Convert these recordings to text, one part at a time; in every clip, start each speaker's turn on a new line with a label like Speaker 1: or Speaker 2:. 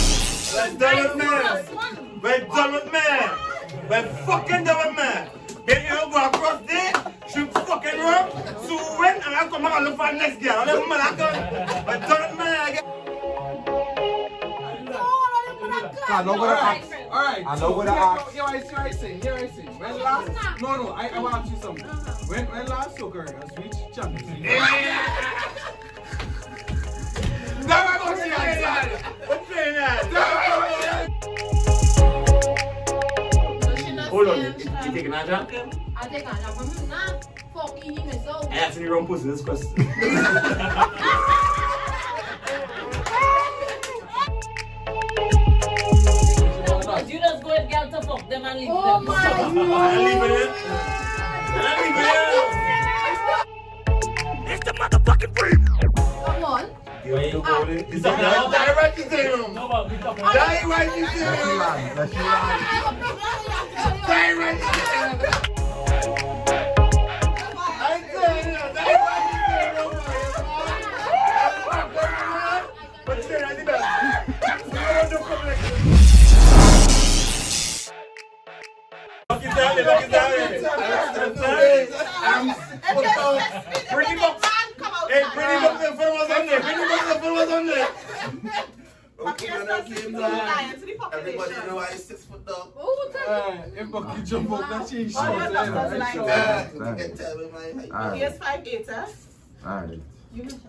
Speaker 1: by development, by development, by fucking development. Then you go across there, shoot fucking rock, so when and I come out and look for next girl. I'm like, man, I can't, by development.
Speaker 2: I know what I asked.
Speaker 3: All right.
Speaker 2: I know what I asked.
Speaker 3: Here I see. Here I see. Here I see. When last? No, no. I, I want to ask you something. When when last soccer has reached Champions League? Never gonna see that.
Speaker 1: Hold on, you, you taking a jump?
Speaker 4: I take an appointment now. Fuck you, me so.
Speaker 1: I asked the wrong person this question.
Speaker 5: Because you just go and get to fuck them and leave
Speaker 4: Oh
Speaker 5: them.
Speaker 4: my
Speaker 1: I leave it in. I
Speaker 4: Come on.
Speaker 1: leave it in. Is that
Speaker 2: Yeah.
Speaker 1: direct to them?
Speaker 6: No, but we talk about
Speaker 1: Direct to them.
Speaker 2: Let you
Speaker 4: I
Speaker 2: lie.
Speaker 4: have a problem, I tell you.
Speaker 1: Direct to them. I tell you, direct to them. But then I did that. We don't do public. Look it down, look it down. Look it down. Bring him up. Hey, bring him up. The phone was on there. Bring him up. The phone was on there.
Speaker 2: Okay, when I came down, everybody know I six foot down.
Speaker 4: Who tell you?
Speaker 3: Uh, if Bucky jump up, that shit is
Speaker 7: Oh,
Speaker 3: short.
Speaker 7: yeah,
Speaker 3: yeah,
Speaker 7: that's
Speaker 3: right,
Speaker 7: like-
Speaker 3: short.
Speaker 2: Yeah,
Speaker 7: Yeah.
Speaker 2: you can tell me my height.
Speaker 7: He
Speaker 8: Alright,
Speaker 7: is five eight, huh?
Speaker 8: alright.
Speaker 4: You will-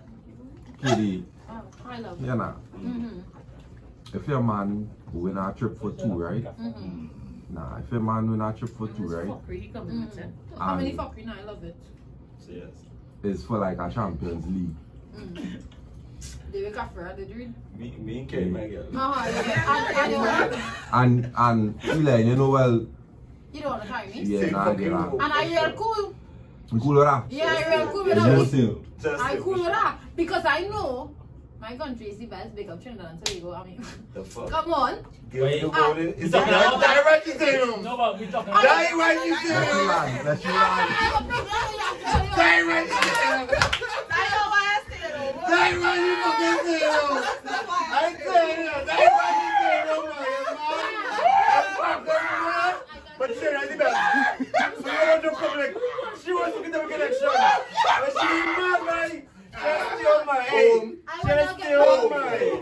Speaker 8: Kitty,
Speaker 4: Oh, I love
Speaker 8: you know,
Speaker 4: Mhm,
Speaker 8: if your man win a trip for two, right?
Speaker 4: mhm,
Speaker 8: Nah, if your man win a trip for two, right?
Speaker 5: Fuckery, he coming with
Speaker 4: mhm.
Speaker 5: them.
Speaker 4: How many
Speaker 8: And-
Speaker 4: fuck you now? I love it.
Speaker 8: It's for like a Champions League.
Speaker 4: Mm. They wake up for her, they dream.
Speaker 1: Me, me and Kelly, my girl.
Speaker 4: Uh-huh, yeah, yeah. And- and you-
Speaker 8: And, and, Elaine, you know, well,
Speaker 4: You don't want to carry me.
Speaker 8: yeah, nah, get
Speaker 1: fucking
Speaker 8: out.
Speaker 4: And are you cool?
Speaker 8: Cool with that?
Speaker 4: Yeah, you're cool
Speaker 8: You
Speaker 4: with
Speaker 8: know,
Speaker 4: that.
Speaker 8: still.
Speaker 1: Just
Speaker 4: I
Speaker 1: it.
Speaker 4: cool with that because I know my country is the best big of Trinidad and Tobago. I mean,
Speaker 1: The fuck?
Speaker 4: come on.
Speaker 1: Give the
Speaker 4: Ah.
Speaker 1: goal in. Is that not direct to them?
Speaker 6: No, but we talk about
Speaker 1: Direct to
Speaker 8: Let you
Speaker 1: them.
Speaker 8: lie, let you lie.
Speaker 1: Direct to them.
Speaker 7: I know why I said it.
Speaker 1: Direct you fucking to them.
Speaker 7: That's why I
Speaker 1: I tell you, direct to them. But she I did that. So you don't do public. She wants to get them connection. But she mad, man. Just your mind.
Speaker 4: I will
Speaker 1: Just
Speaker 4: not get
Speaker 1: your mind.
Speaker 4: married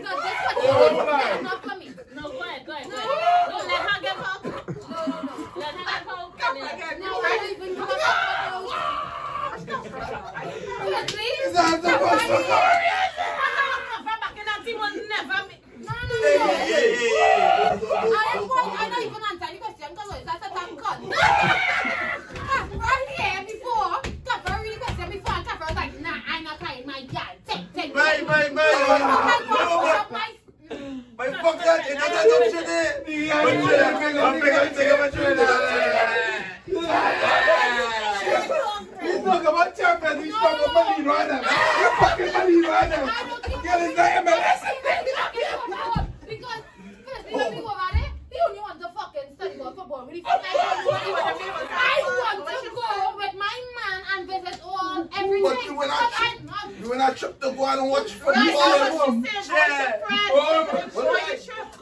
Speaker 4: because this
Speaker 1: Oh,
Speaker 4: particular
Speaker 1: my.
Speaker 4: is not for me.
Speaker 5: No, go ahead, go ahead, go ahead. No, let her get out.
Speaker 4: No, no, no.
Speaker 5: Let her get out. Come on,
Speaker 4: No, I don't even come up with
Speaker 1: Is that the most Yeah, yeah, yeah, yeah.
Speaker 4: I am going, I don't even answer the question because it's a certain gun. Right here before, Taffer really questioned me before, and Taffer was like, nah, I'm not carrying my gal. Take, take.
Speaker 1: Bye, bye, bye. No,
Speaker 4: Fuck my-
Speaker 1: but but fuck that. It doesn't touch it. But you are big, I'm big, I'm big, I'm big.
Speaker 3: We talk about Champions, we talk about Irana. We fucking about
Speaker 4: I
Speaker 3: Irana.
Speaker 4: don't give
Speaker 3: Girl, is that MLS?
Speaker 4: a because firstly, when we go over there, they only want to fucking study about football. Really, fuck, I don't want to go. I want to go with my man and visit all everything.
Speaker 2: But you will not-
Speaker 4: But I'm not-
Speaker 2: You when I trip to go out and watch football at home.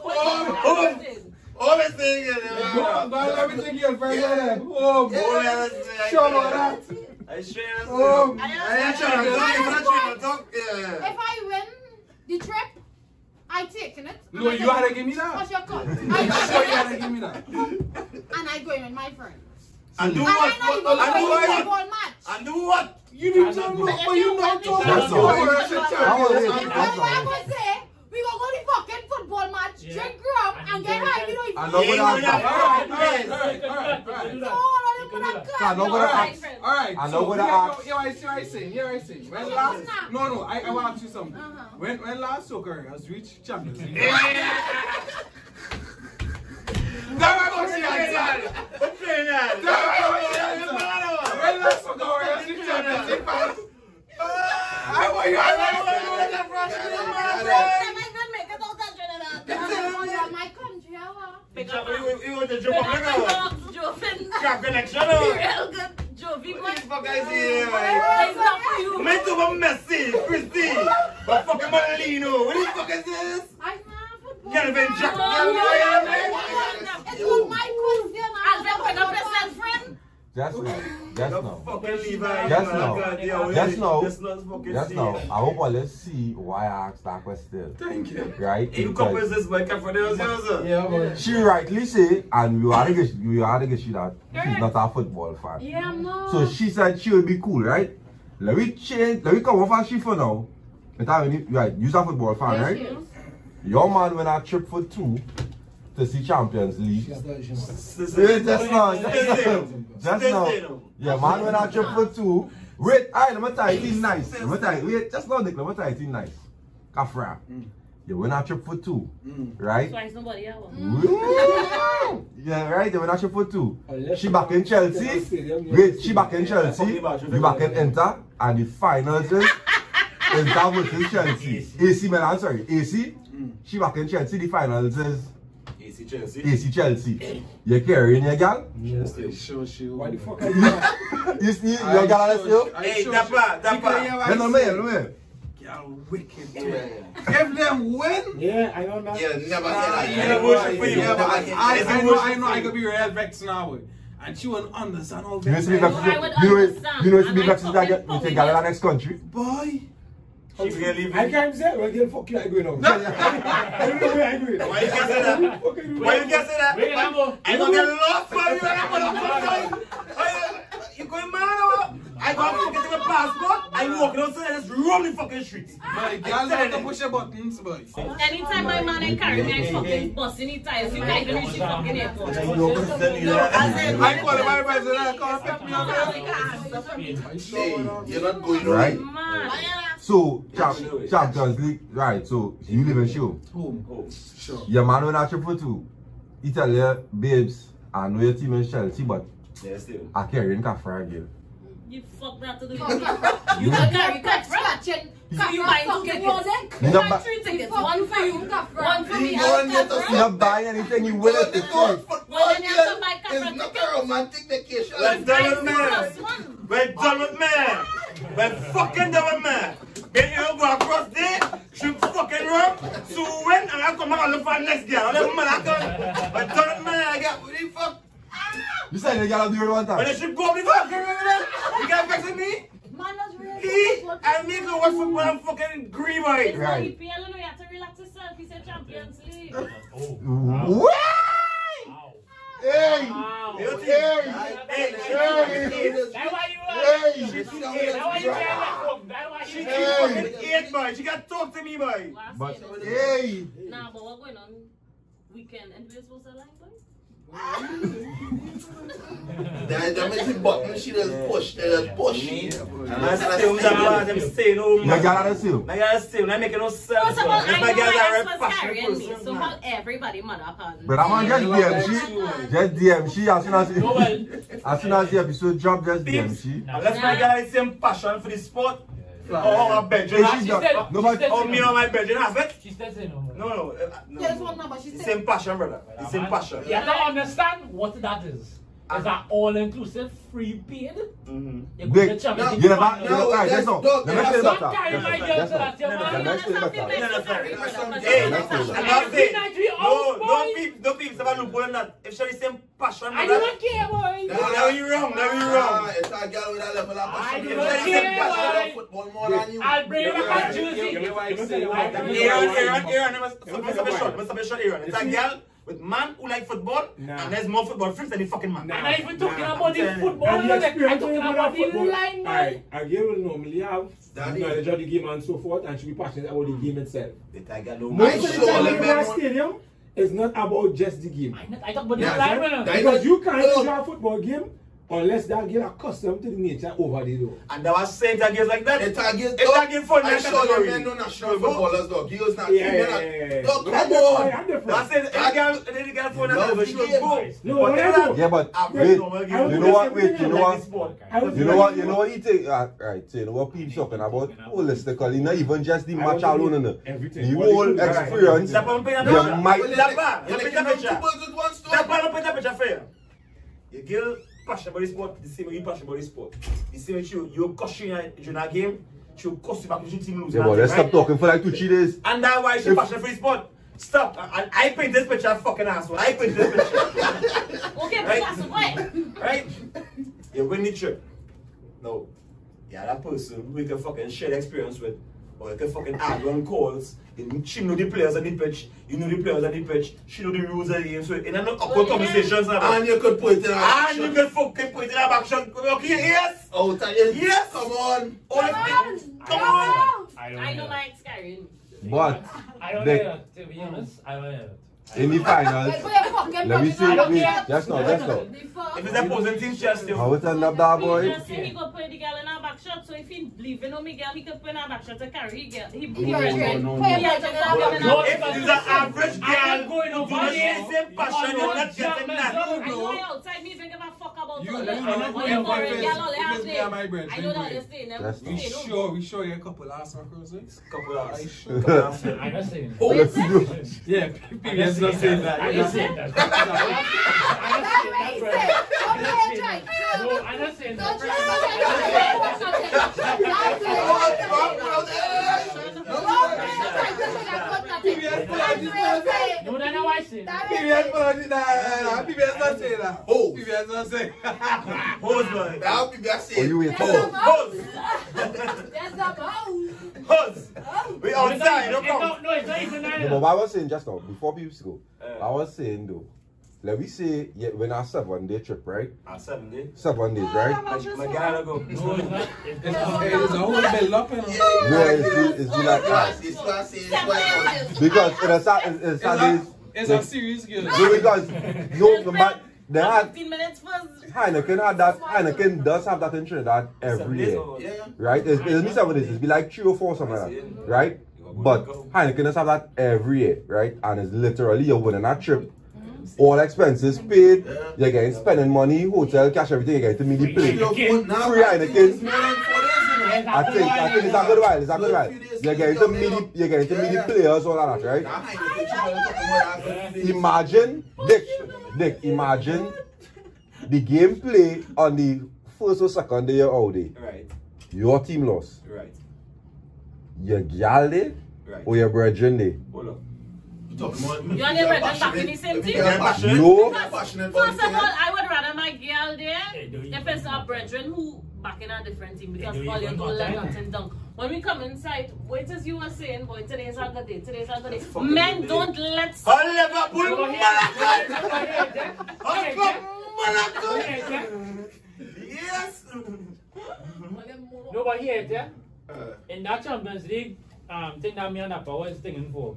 Speaker 1: Oh, all the thing, you know.
Speaker 3: Go, go, let me take your friend there. Oh, boy.
Speaker 1: All the thing, I-
Speaker 3: Show me that.
Speaker 1: I share.
Speaker 3: Oh,
Speaker 9: Eh,
Speaker 1: I ain't trying to talk, I'm not trying to talk, yeah.
Speaker 4: If I win the trip, I take it.
Speaker 3: No, you gotta give me that.
Speaker 4: What's your cut?
Speaker 3: You gotta
Speaker 4: I
Speaker 3: give me that.
Speaker 4: and I go in with my friend.
Speaker 1: I do
Speaker 4: And I
Speaker 1: what?
Speaker 4: know you
Speaker 1: I do
Speaker 4: going to
Speaker 1: what?
Speaker 4: football match.
Speaker 1: I do what?
Speaker 3: You didn't talk about, but you know talk about
Speaker 8: That's all.
Speaker 4: And
Speaker 8: That's
Speaker 4: what
Speaker 8: all.
Speaker 4: I was say, we gonna go to fucking football match,
Speaker 6: Yeah.
Speaker 4: drink rum, and get high. You
Speaker 8: I
Speaker 4: know, it's
Speaker 8: know what I
Speaker 1: Yeah,
Speaker 8: asked.
Speaker 3: Alright,
Speaker 1: Yes.
Speaker 3: alright, alright, alright, alright.
Speaker 4: all on the mother
Speaker 8: I know what I asked.
Speaker 3: Alright,
Speaker 8: I
Speaker 3: so
Speaker 8: know what
Speaker 3: here
Speaker 8: I
Speaker 3: go-
Speaker 8: asked.
Speaker 3: Here I see, here I see, here I see. When
Speaker 4: Okay,
Speaker 3: last,
Speaker 4: snap.
Speaker 3: no, no, I, I want to ask you something.
Speaker 4: Uh-huh.
Speaker 3: When, when last soccer has reached Champions League? Never gonna see that.
Speaker 1: What's going on?
Speaker 3: When last soccer has reached Champions League? fans? I want you, I want you.
Speaker 4: My country, I want.
Speaker 1: You want to jump up now? Cap connection now. What the fuck I see here, man? Me too, but Messi, Christy, but fucking Ronaldinho. What the fuck is this?
Speaker 4: I'm not a football.
Speaker 9: Kelvin Jack.
Speaker 4: It was my question. I
Speaker 5: And then when the person friend,
Speaker 8: Just now. Just now.
Speaker 9: Fucking Levi.
Speaker 8: Just now. Just now.
Speaker 9: Just now. fucking
Speaker 8: Just
Speaker 9: see
Speaker 8: now.
Speaker 9: it.
Speaker 8: I hope all let's see why I asked that question.
Speaker 3: Thank you.
Speaker 8: Right?
Speaker 9: Hey, you
Speaker 8: Because
Speaker 9: couples this boy, come for the house, house, house.
Speaker 3: Yeah, man.
Speaker 8: she rightly say, and we had to get we had to get she that she's not a football fan.
Speaker 4: Yeah, no.
Speaker 8: So she said she would be cool, right? Let me change, let me come off her she for now. But I mean, right, you a football fan, right? Your man went on a trip for two to see Champions League.
Speaker 9: This
Speaker 8: Yeah,
Speaker 9: is-
Speaker 8: just now,
Speaker 9: Stay
Speaker 8: just
Speaker 9: there.
Speaker 8: now, just
Speaker 9: Stay
Speaker 8: now.
Speaker 9: there, though.
Speaker 8: Yeah, man went on a trip for two. Wait, I let me tell you, it's nice. Let me tell you, wait, just now, Nick, let me tell you, it's nice. Kafra, you went on a trip for two, right?
Speaker 5: twice nobody else.
Speaker 8: Woo! yeah, right. They were not for two. She back in Chelsea. Wait, she back in Chelsea. You back in Inter, and the finals is Inter versus Chelsea. AC Milan, sorry, AC. She back in Chelsea. The finals is
Speaker 2: AC Chelsea.
Speaker 8: AC Chelsea. You carrying your gal?
Speaker 3: Yes, they sure she Why the fuck
Speaker 8: You see your gal that's still?
Speaker 9: Hey, Dapa, Dapa.
Speaker 8: No, no, man, no, man.
Speaker 9: Y'all wicked, man.
Speaker 3: If them win,
Speaker 1: Yeah, I know that.
Speaker 2: Yeah, never hear
Speaker 9: Nah,
Speaker 2: that.
Speaker 9: you never worship for you.
Speaker 3: Yeah, but I, I,
Speaker 9: It's
Speaker 3: I
Speaker 9: a
Speaker 3: know,
Speaker 9: worship
Speaker 3: I know,
Speaker 9: for
Speaker 3: I
Speaker 9: you.
Speaker 3: could be red vexed now. And she won't understand all
Speaker 8: You know
Speaker 3: that.
Speaker 8: see me vexed.
Speaker 5: I would
Speaker 8: You know
Speaker 5: understand,
Speaker 8: you know see
Speaker 5: and
Speaker 8: me
Speaker 5: I
Speaker 8: vexed that
Speaker 5: fucking
Speaker 8: girl- you take
Speaker 5: fucking
Speaker 8: gal in the
Speaker 5: will.
Speaker 8: next country.
Speaker 3: Boy,
Speaker 9: She really
Speaker 1: I
Speaker 9: wicked.
Speaker 1: can't say, well, girl, fuck you, I do it now. I don't know where I do it.
Speaker 9: Why you can't say that?
Speaker 1: Fuck, I do it.
Speaker 9: Why you can't say that?
Speaker 1: Bring it, Lambo.
Speaker 9: I gonna get lost for you. I'm gonna you. You going mad or? I gonna get my passport. I walk outside and just roam the fucking streets.
Speaker 3: boy, girls have to push your buttons, boy.
Speaker 5: Anytime my man ain't carry me, I fucking bust any ties. You can't even reach the fucking airport.
Speaker 3: I qualify for the I can't pick me up.
Speaker 2: Hey, you're not going
Speaker 8: Right.
Speaker 2: away.
Speaker 5: Man.
Speaker 8: So champ, Champions League, right? So you live in show.
Speaker 3: Home. Sure.
Speaker 8: Your man went a triple two. He tell you, babes, I know your team in Chelsea, but
Speaker 2: Yeah, still.
Speaker 8: I carrying Kafra girl.
Speaker 5: You fuck that to the
Speaker 4: You
Speaker 5: You
Speaker 8: You
Speaker 5: can carry cut right?
Speaker 4: catching.
Speaker 5: So you buying two tickets.
Speaker 8: You not buy-
Speaker 5: Three tickets. One for you, one for me.
Speaker 2: You go and get
Speaker 8: you not buy anything you will at the fuck.
Speaker 5: Well, then you have to buy
Speaker 2: It's
Speaker 5: camera
Speaker 2: not a romantic vacation.
Speaker 9: Let's
Speaker 5: Guys,
Speaker 9: done with
Speaker 5: plus
Speaker 9: me.
Speaker 5: one.
Speaker 9: We're done with me. We're fucking done with me. Then you go across there. She fucking roam. So when and I come out and look for the next girl. I'm gonna come. We're done with me. I got what the fuck.
Speaker 8: You said you gotta do it one
Speaker 9: But they
Speaker 8: time.
Speaker 9: should go up the fucking river then. You can't vex with me.
Speaker 4: Man, that's real.
Speaker 9: He and me go watch football and fucking green
Speaker 5: It's
Speaker 9: boy.
Speaker 5: not
Speaker 8: Right.
Speaker 5: EPL, you know, you have to relax yourself. It's a Champions League.
Speaker 8: Why? Hey!
Speaker 9: You think-
Speaker 8: Hey!
Speaker 9: Hey,
Speaker 2: Hey,
Speaker 9: she-
Speaker 1: That's why you
Speaker 8: Hey!
Speaker 9: she keep fucking eight boy. She got talk to me boy.
Speaker 5: Last
Speaker 8: But
Speaker 5: year,
Speaker 8: hey!
Speaker 5: Nah, but we're going on weekend and we're supposed to like boy.
Speaker 2: That that means the button she does push, they does push. And I
Speaker 9: Man,
Speaker 2: said,
Speaker 9: stay with that man. Them stay no
Speaker 8: You
Speaker 9: man.
Speaker 8: gotta seal.
Speaker 9: My girl stay. Not making no sense.
Speaker 5: First of all,
Speaker 9: boy. If
Speaker 5: I know
Speaker 9: my girl are
Speaker 5: my
Speaker 9: a
Speaker 5: ex was
Speaker 9: passionate
Speaker 5: carrying me,
Speaker 9: person,
Speaker 5: so
Speaker 9: man.
Speaker 5: how everybody mother calls
Speaker 8: But I'm gonna just DM she. Just DM she as soon as as soon as the episode drop, just DM she.
Speaker 9: Unless my girl has same passion for the sport.
Speaker 3: Fly.
Speaker 9: Or her bedroom.
Speaker 8: Hey, she done. Nobody.
Speaker 9: Or me or my bedroom husband.
Speaker 6: She says it
Speaker 9: No,
Speaker 6: no.
Speaker 9: no. uh, no.
Speaker 4: There's one number. She
Speaker 9: The
Speaker 4: said.
Speaker 9: same passion, brother. The same passion.
Speaker 6: You have to understand what that is. It's that all inclusive free paid.
Speaker 9: Mhm.
Speaker 6: You go
Speaker 8: Wait,
Speaker 6: to Champions League
Speaker 8: You never,
Speaker 6: final.
Speaker 8: you never, alright, that's all. Let me say
Speaker 6: Don't
Speaker 8: that.
Speaker 6: carry my girl
Speaker 8: That's
Speaker 6: to
Speaker 8: all.
Speaker 6: that, your
Speaker 8: That's all.
Speaker 6: man.
Speaker 8: That's all. That's all.
Speaker 9: No, no, sorry.
Speaker 5: That's something
Speaker 9: Hey,
Speaker 8: that's all.
Speaker 9: I'm
Speaker 6: Every
Speaker 9: saying.
Speaker 6: night we
Speaker 9: No,
Speaker 6: out,
Speaker 9: no
Speaker 6: boy.
Speaker 9: peeps, no peeps. Never look on that. If Sherry same passion,
Speaker 6: I do
Speaker 9: brother.
Speaker 6: not care, boy.
Speaker 9: No, now you wrong. Now you wrong.
Speaker 2: It's a girl with a level of
Speaker 6: I
Speaker 2: passion.
Speaker 6: do
Speaker 9: not
Speaker 2: She
Speaker 9: care,
Speaker 2: does passion
Speaker 6: boy.
Speaker 2: for football more than you.
Speaker 6: I'll bring it up on
Speaker 3: You
Speaker 6: Tuesday.
Speaker 3: know why I say
Speaker 6: Aaron,
Speaker 9: Aaron, Aaron, Aaron, Mr. Bishop, Mr. Bishop, Aaron. It's a girl with man who like football, and there's more football freaks than the fucking man.
Speaker 6: I'm not even talking
Speaker 9: Nah,
Speaker 6: about the
Speaker 9: I'm
Speaker 6: football.
Speaker 1: And the
Speaker 6: I'm
Speaker 1: experience
Speaker 6: talking
Speaker 1: of
Speaker 6: about the
Speaker 1: football.
Speaker 6: line, boy.
Speaker 1: Alright, a girl will normally have
Speaker 2: Daddy.
Speaker 1: knowledge of the game and so forth, and she'll be passionate about the
Speaker 7: Hmm.
Speaker 1: game itself.
Speaker 2: It's a girl who-
Speaker 1: Most
Speaker 2: I
Speaker 1: of the
Speaker 2: sure
Speaker 1: time, when
Speaker 2: love
Speaker 1: you're at
Speaker 2: everyone.
Speaker 1: stadium, it's not about just the game.
Speaker 6: I'm not- I talk about the
Speaker 2: Yeah,
Speaker 6: line,
Speaker 2: that-
Speaker 6: man.
Speaker 2: that-
Speaker 1: Because you can't
Speaker 2: No.
Speaker 1: enjoy a football game unless that girl accustomed to the nature over the door.
Speaker 9: And I was saying that girls like that.
Speaker 2: It's a girl-
Speaker 9: It's a girl for
Speaker 2: I
Speaker 9: next
Speaker 2: sure love
Speaker 9: category.
Speaker 2: men don't national footballers, dog. Girls not-
Speaker 1: Yeah,
Speaker 2: men
Speaker 1: yeah,
Speaker 2: not-
Speaker 1: yeah, yeah.
Speaker 2: Dog,
Speaker 1: That's
Speaker 2: come
Speaker 1: different,
Speaker 2: on.
Speaker 1: that's different.
Speaker 9: I said, I got, I got for
Speaker 2: Love
Speaker 9: another, she was
Speaker 2: the game,
Speaker 9: go.
Speaker 2: guys.
Speaker 1: No, whatever.
Speaker 8: Yeah, but wait. You know what? Wait. You know what? You know what? You know what? He take uh, right. So you know what? People talking about holistically, not even just the
Speaker 1: I
Speaker 8: match
Speaker 1: want to
Speaker 8: alone,
Speaker 1: do
Speaker 8: no.
Speaker 1: everything.
Speaker 8: The
Speaker 1: What is
Speaker 8: whole
Speaker 1: it? Right.
Speaker 8: experience.
Speaker 9: That one pay
Speaker 8: You might.
Speaker 2: Well, it's
Speaker 9: That
Speaker 2: like-
Speaker 9: bar,
Speaker 2: you're
Speaker 9: you
Speaker 2: like
Speaker 9: pick up
Speaker 2: killing
Speaker 9: picture.
Speaker 2: two birds with one stone.
Speaker 9: That part of that picture fair. Your girl passion about the sport, the same way you passion about the sport. The same way she, you'll cuss you in a- during a game, she'll cuss you back if your team lose.
Speaker 8: Yeah, but let's
Speaker 9: right?
Speaker 8: stop talking for like two three days.
Speaker 9: And that's why she
Speaker 8: If-
Speaker 9: passionate for the sport. Stop. I, I paint this picture, fucking asshole. I paint this picture.
Speaker 5: Okay, but
Speaker 9: Right.
Speaker 5: that's what?
Speaker 9: right? You're going to trip. No. Yeah, that person we can fucking share the experience with. Or you can fucking argue on calls. You- She know the players on the pitch. You know the players on the pitch. She know the rules of the game. So in an awkward conversations now.
Speaker 2: And you could put it in a
Speaker 9: And Ah, you can fucking put it in a back shot. Okay, yes!
Speaker 2: Out of it.
Speaker 9: Yes.
Speaker 2: Oh, Come on.
Speaker 9: Oh,
Speaker 4: on!
Speaker 9: Come on!
Speaker 6: I don't
Speaker 5: I
Speaker 6: hear
Speaker 5: don't
Speaker 6: that.
Speaker 5: like scaring.
Speaker 8: But
Speaker 6: I don't
Speaker 8: the-
Speaker 6: hear that, to be honest. I don't hear that.
Speaker 8: in the finals,
Speaker 4: Like, we are fucking
Speaker 8: let me
Speaker 4: fucking- I don't
Speaker 8: see.
Speaker 4: care.
Speaker 8: Just now, just now.
Speaker 4: The fuck?
Speaker 9: If it's opposing team, she has to.
Speaker 8: How it end up that
Speaker 5: He
Speaker 8: boy?
Speaker 5: just say he go put the girl in her back shot, so if he leaving on me girl, he could put in her back shot to carry he girl. He
Speaker 4: You are
Speaker 5: he-
Speaker 4: a
Speaker 8: no,
Speaker 4: jerk.
Speaker 8: no,
Speaker 4: Pay
Speaker 5: no.
Speaker 4: attention to what I'm
Speaker 6: No,
Speaker 4: doing.
Speaker 9: If it's an average
Speaker 6: I ain't
Speaker 9: girl,
Speaker 6: going
Speaker 9: you do
Speaker 6: nobody.
Speaker 9: the
Speaker 6: non.
Speaker 9: same
Speaker 6: Ah,
Speaker 9: passion, you're not getting that.
Speaker 5: I know you outside me, even give a fuck about
Speaker 3: You-
Speaker 5: all
Speaker 3: you
Speaker 5: that.
Speaker 3: know who your
Speaker 5: I know you foreign
Speaker 3: boyfriend
Speaker 5: girl,
Speaker 3: is.
Speaker 5: all
Speaker 3: Because
Speaker 5: that
Speaker 3: me and my
Speaker 5: thing.
Speaker 3: bread,
Speaker 5: I know that
Speaker 3: drink
Speaker 5: they're saying them.
Speaker 8: That's
Speaker 3: We
Speaker 5: They don't.
Speaker 3: sure, we sure you're a couple last suckers, eh?
Speaker 9: Couple
Speaker 3: Are you
Speaker 9: hours.
Speaker 3: sure?
Speaker 6: I'm not saying
Speaker 8: Oh,
Speaker 6: that.
Speaker 8: let's go.
Speaker 3: Yeah, PBS not saying that.
Speaker 6: I'm
Speaker 3: They're
Speaker 6: not
Speaker 3: not
Speaker 6: saying
Speaker 3: saying
Speaker 6: that. I'm
Speaker 4: That racist. Don't pay attention.
Speaker 6: No, I'm not saying
Speaker 4: Don't you
Speaker 6: that. No, that's not why I say that.
Speaker 3: PBS not saying that. PBS not saying that.
Speaker 2: Oh.
Speaker 3: PBS not saying
Speaker 9: Hose boy.
Speaker 2: That would be a
Speaker 8: Oh, you wait.
Speaker 2: Oh.
Speaker 9: Hose. Hose. We outside, don't
Speaker 6: It's
Speaker 9: come.
Speaker 6: not- No, it's not even
Speaker 8: No,
Speaker 6: that.
Speaker 8: but what I was saying just now, before people go, I
Speaker 9: Uh,
Speaker 8: was saying though, let me say, yeah, when I seven day trip, right?
Speaker 9: I'm seven day.
Speaker 8: Seven days, right?
Speaker 9: My my guy don't go.
Speaker 6: No, it's not. It's not.
Speaker 3: that. Hey, There's a whole bit lopping on
Speaker 8: No, it's, it's be like that.
Speaker 2: It's not saying it's like
Speaker 8: Because in a Sa- in- in Saturdays,
Speaker 3: It's a serious girl.
Speaker 8: no, because you come back, they had,
Speaker 5: 15 minutes first.
Speaker 8: Heineken had that, Heineken does have that in Trinidad every year,
Speaker 2: Yeah.
Speaker 8: right? It's, it's me seven days, it's be like three or four something like that, right? But Heineken does have that every year, right? And it's literally you're winning that trip.
Speaker 6: Mm-hmm.
Speaker 8: All expenses paid, you're getting spending money, hotel, cash, everything, you're getting to meet the place. Free Heineken. I think, I think it's a good while, it's a good while. You're getting to meet, the- you're getting to meet the players, all of that, right? imagine Dick, Dick, imagine the gameplay on the first or second day or day.
Speaker 9: Right,
Speaker 8: Your team lost.
Speaker 9: right,
Speaker 8: Your gal day
Speaker 9: right.
Speaker 8: or your brethren day.
Speaker 9: Hold up.
Speaker 5: You and your brethren back in the same team?
Speaker 8: No,
Speaker 5: First of all, I would rather my girl there
Speaker 6: Hey, don't you-
Speaker 5: if it's our brethren who back in a different team because
Speaker 6: Hey, don't
Speaker 5: all
Speaker 6: you
Speaker 5: you do
Speaker 6: want
Speaker 5: like
Speaker 6: that?
Speaker 5: nothing down. When we come inside, wait as you were saying, boy, today's a good day, today's a good day.
Speaker 9: Fucking
Speaker 5: Men
Speaker 9: good day.
Speaker 5: don't let
Speaker 9: Oh, Liverpool,
Speaker 6: Over here.
Speaker 9: Malacca!
Speaker 6: Over here, Jack.
Speaker 9: Oh,
Speaker 6: Hey,
Speaker 9: fuck,
Speaker 6: Jack.
Speaker 9: Malacca!
Speaker 6: Hey, Jack.
Speaker 9: Yes!
Speaker 6: No, but here, Jack.
Speaker 2: Uh.
Speaker 6: In that Champions League, um, thing that me and Apa was thinking for,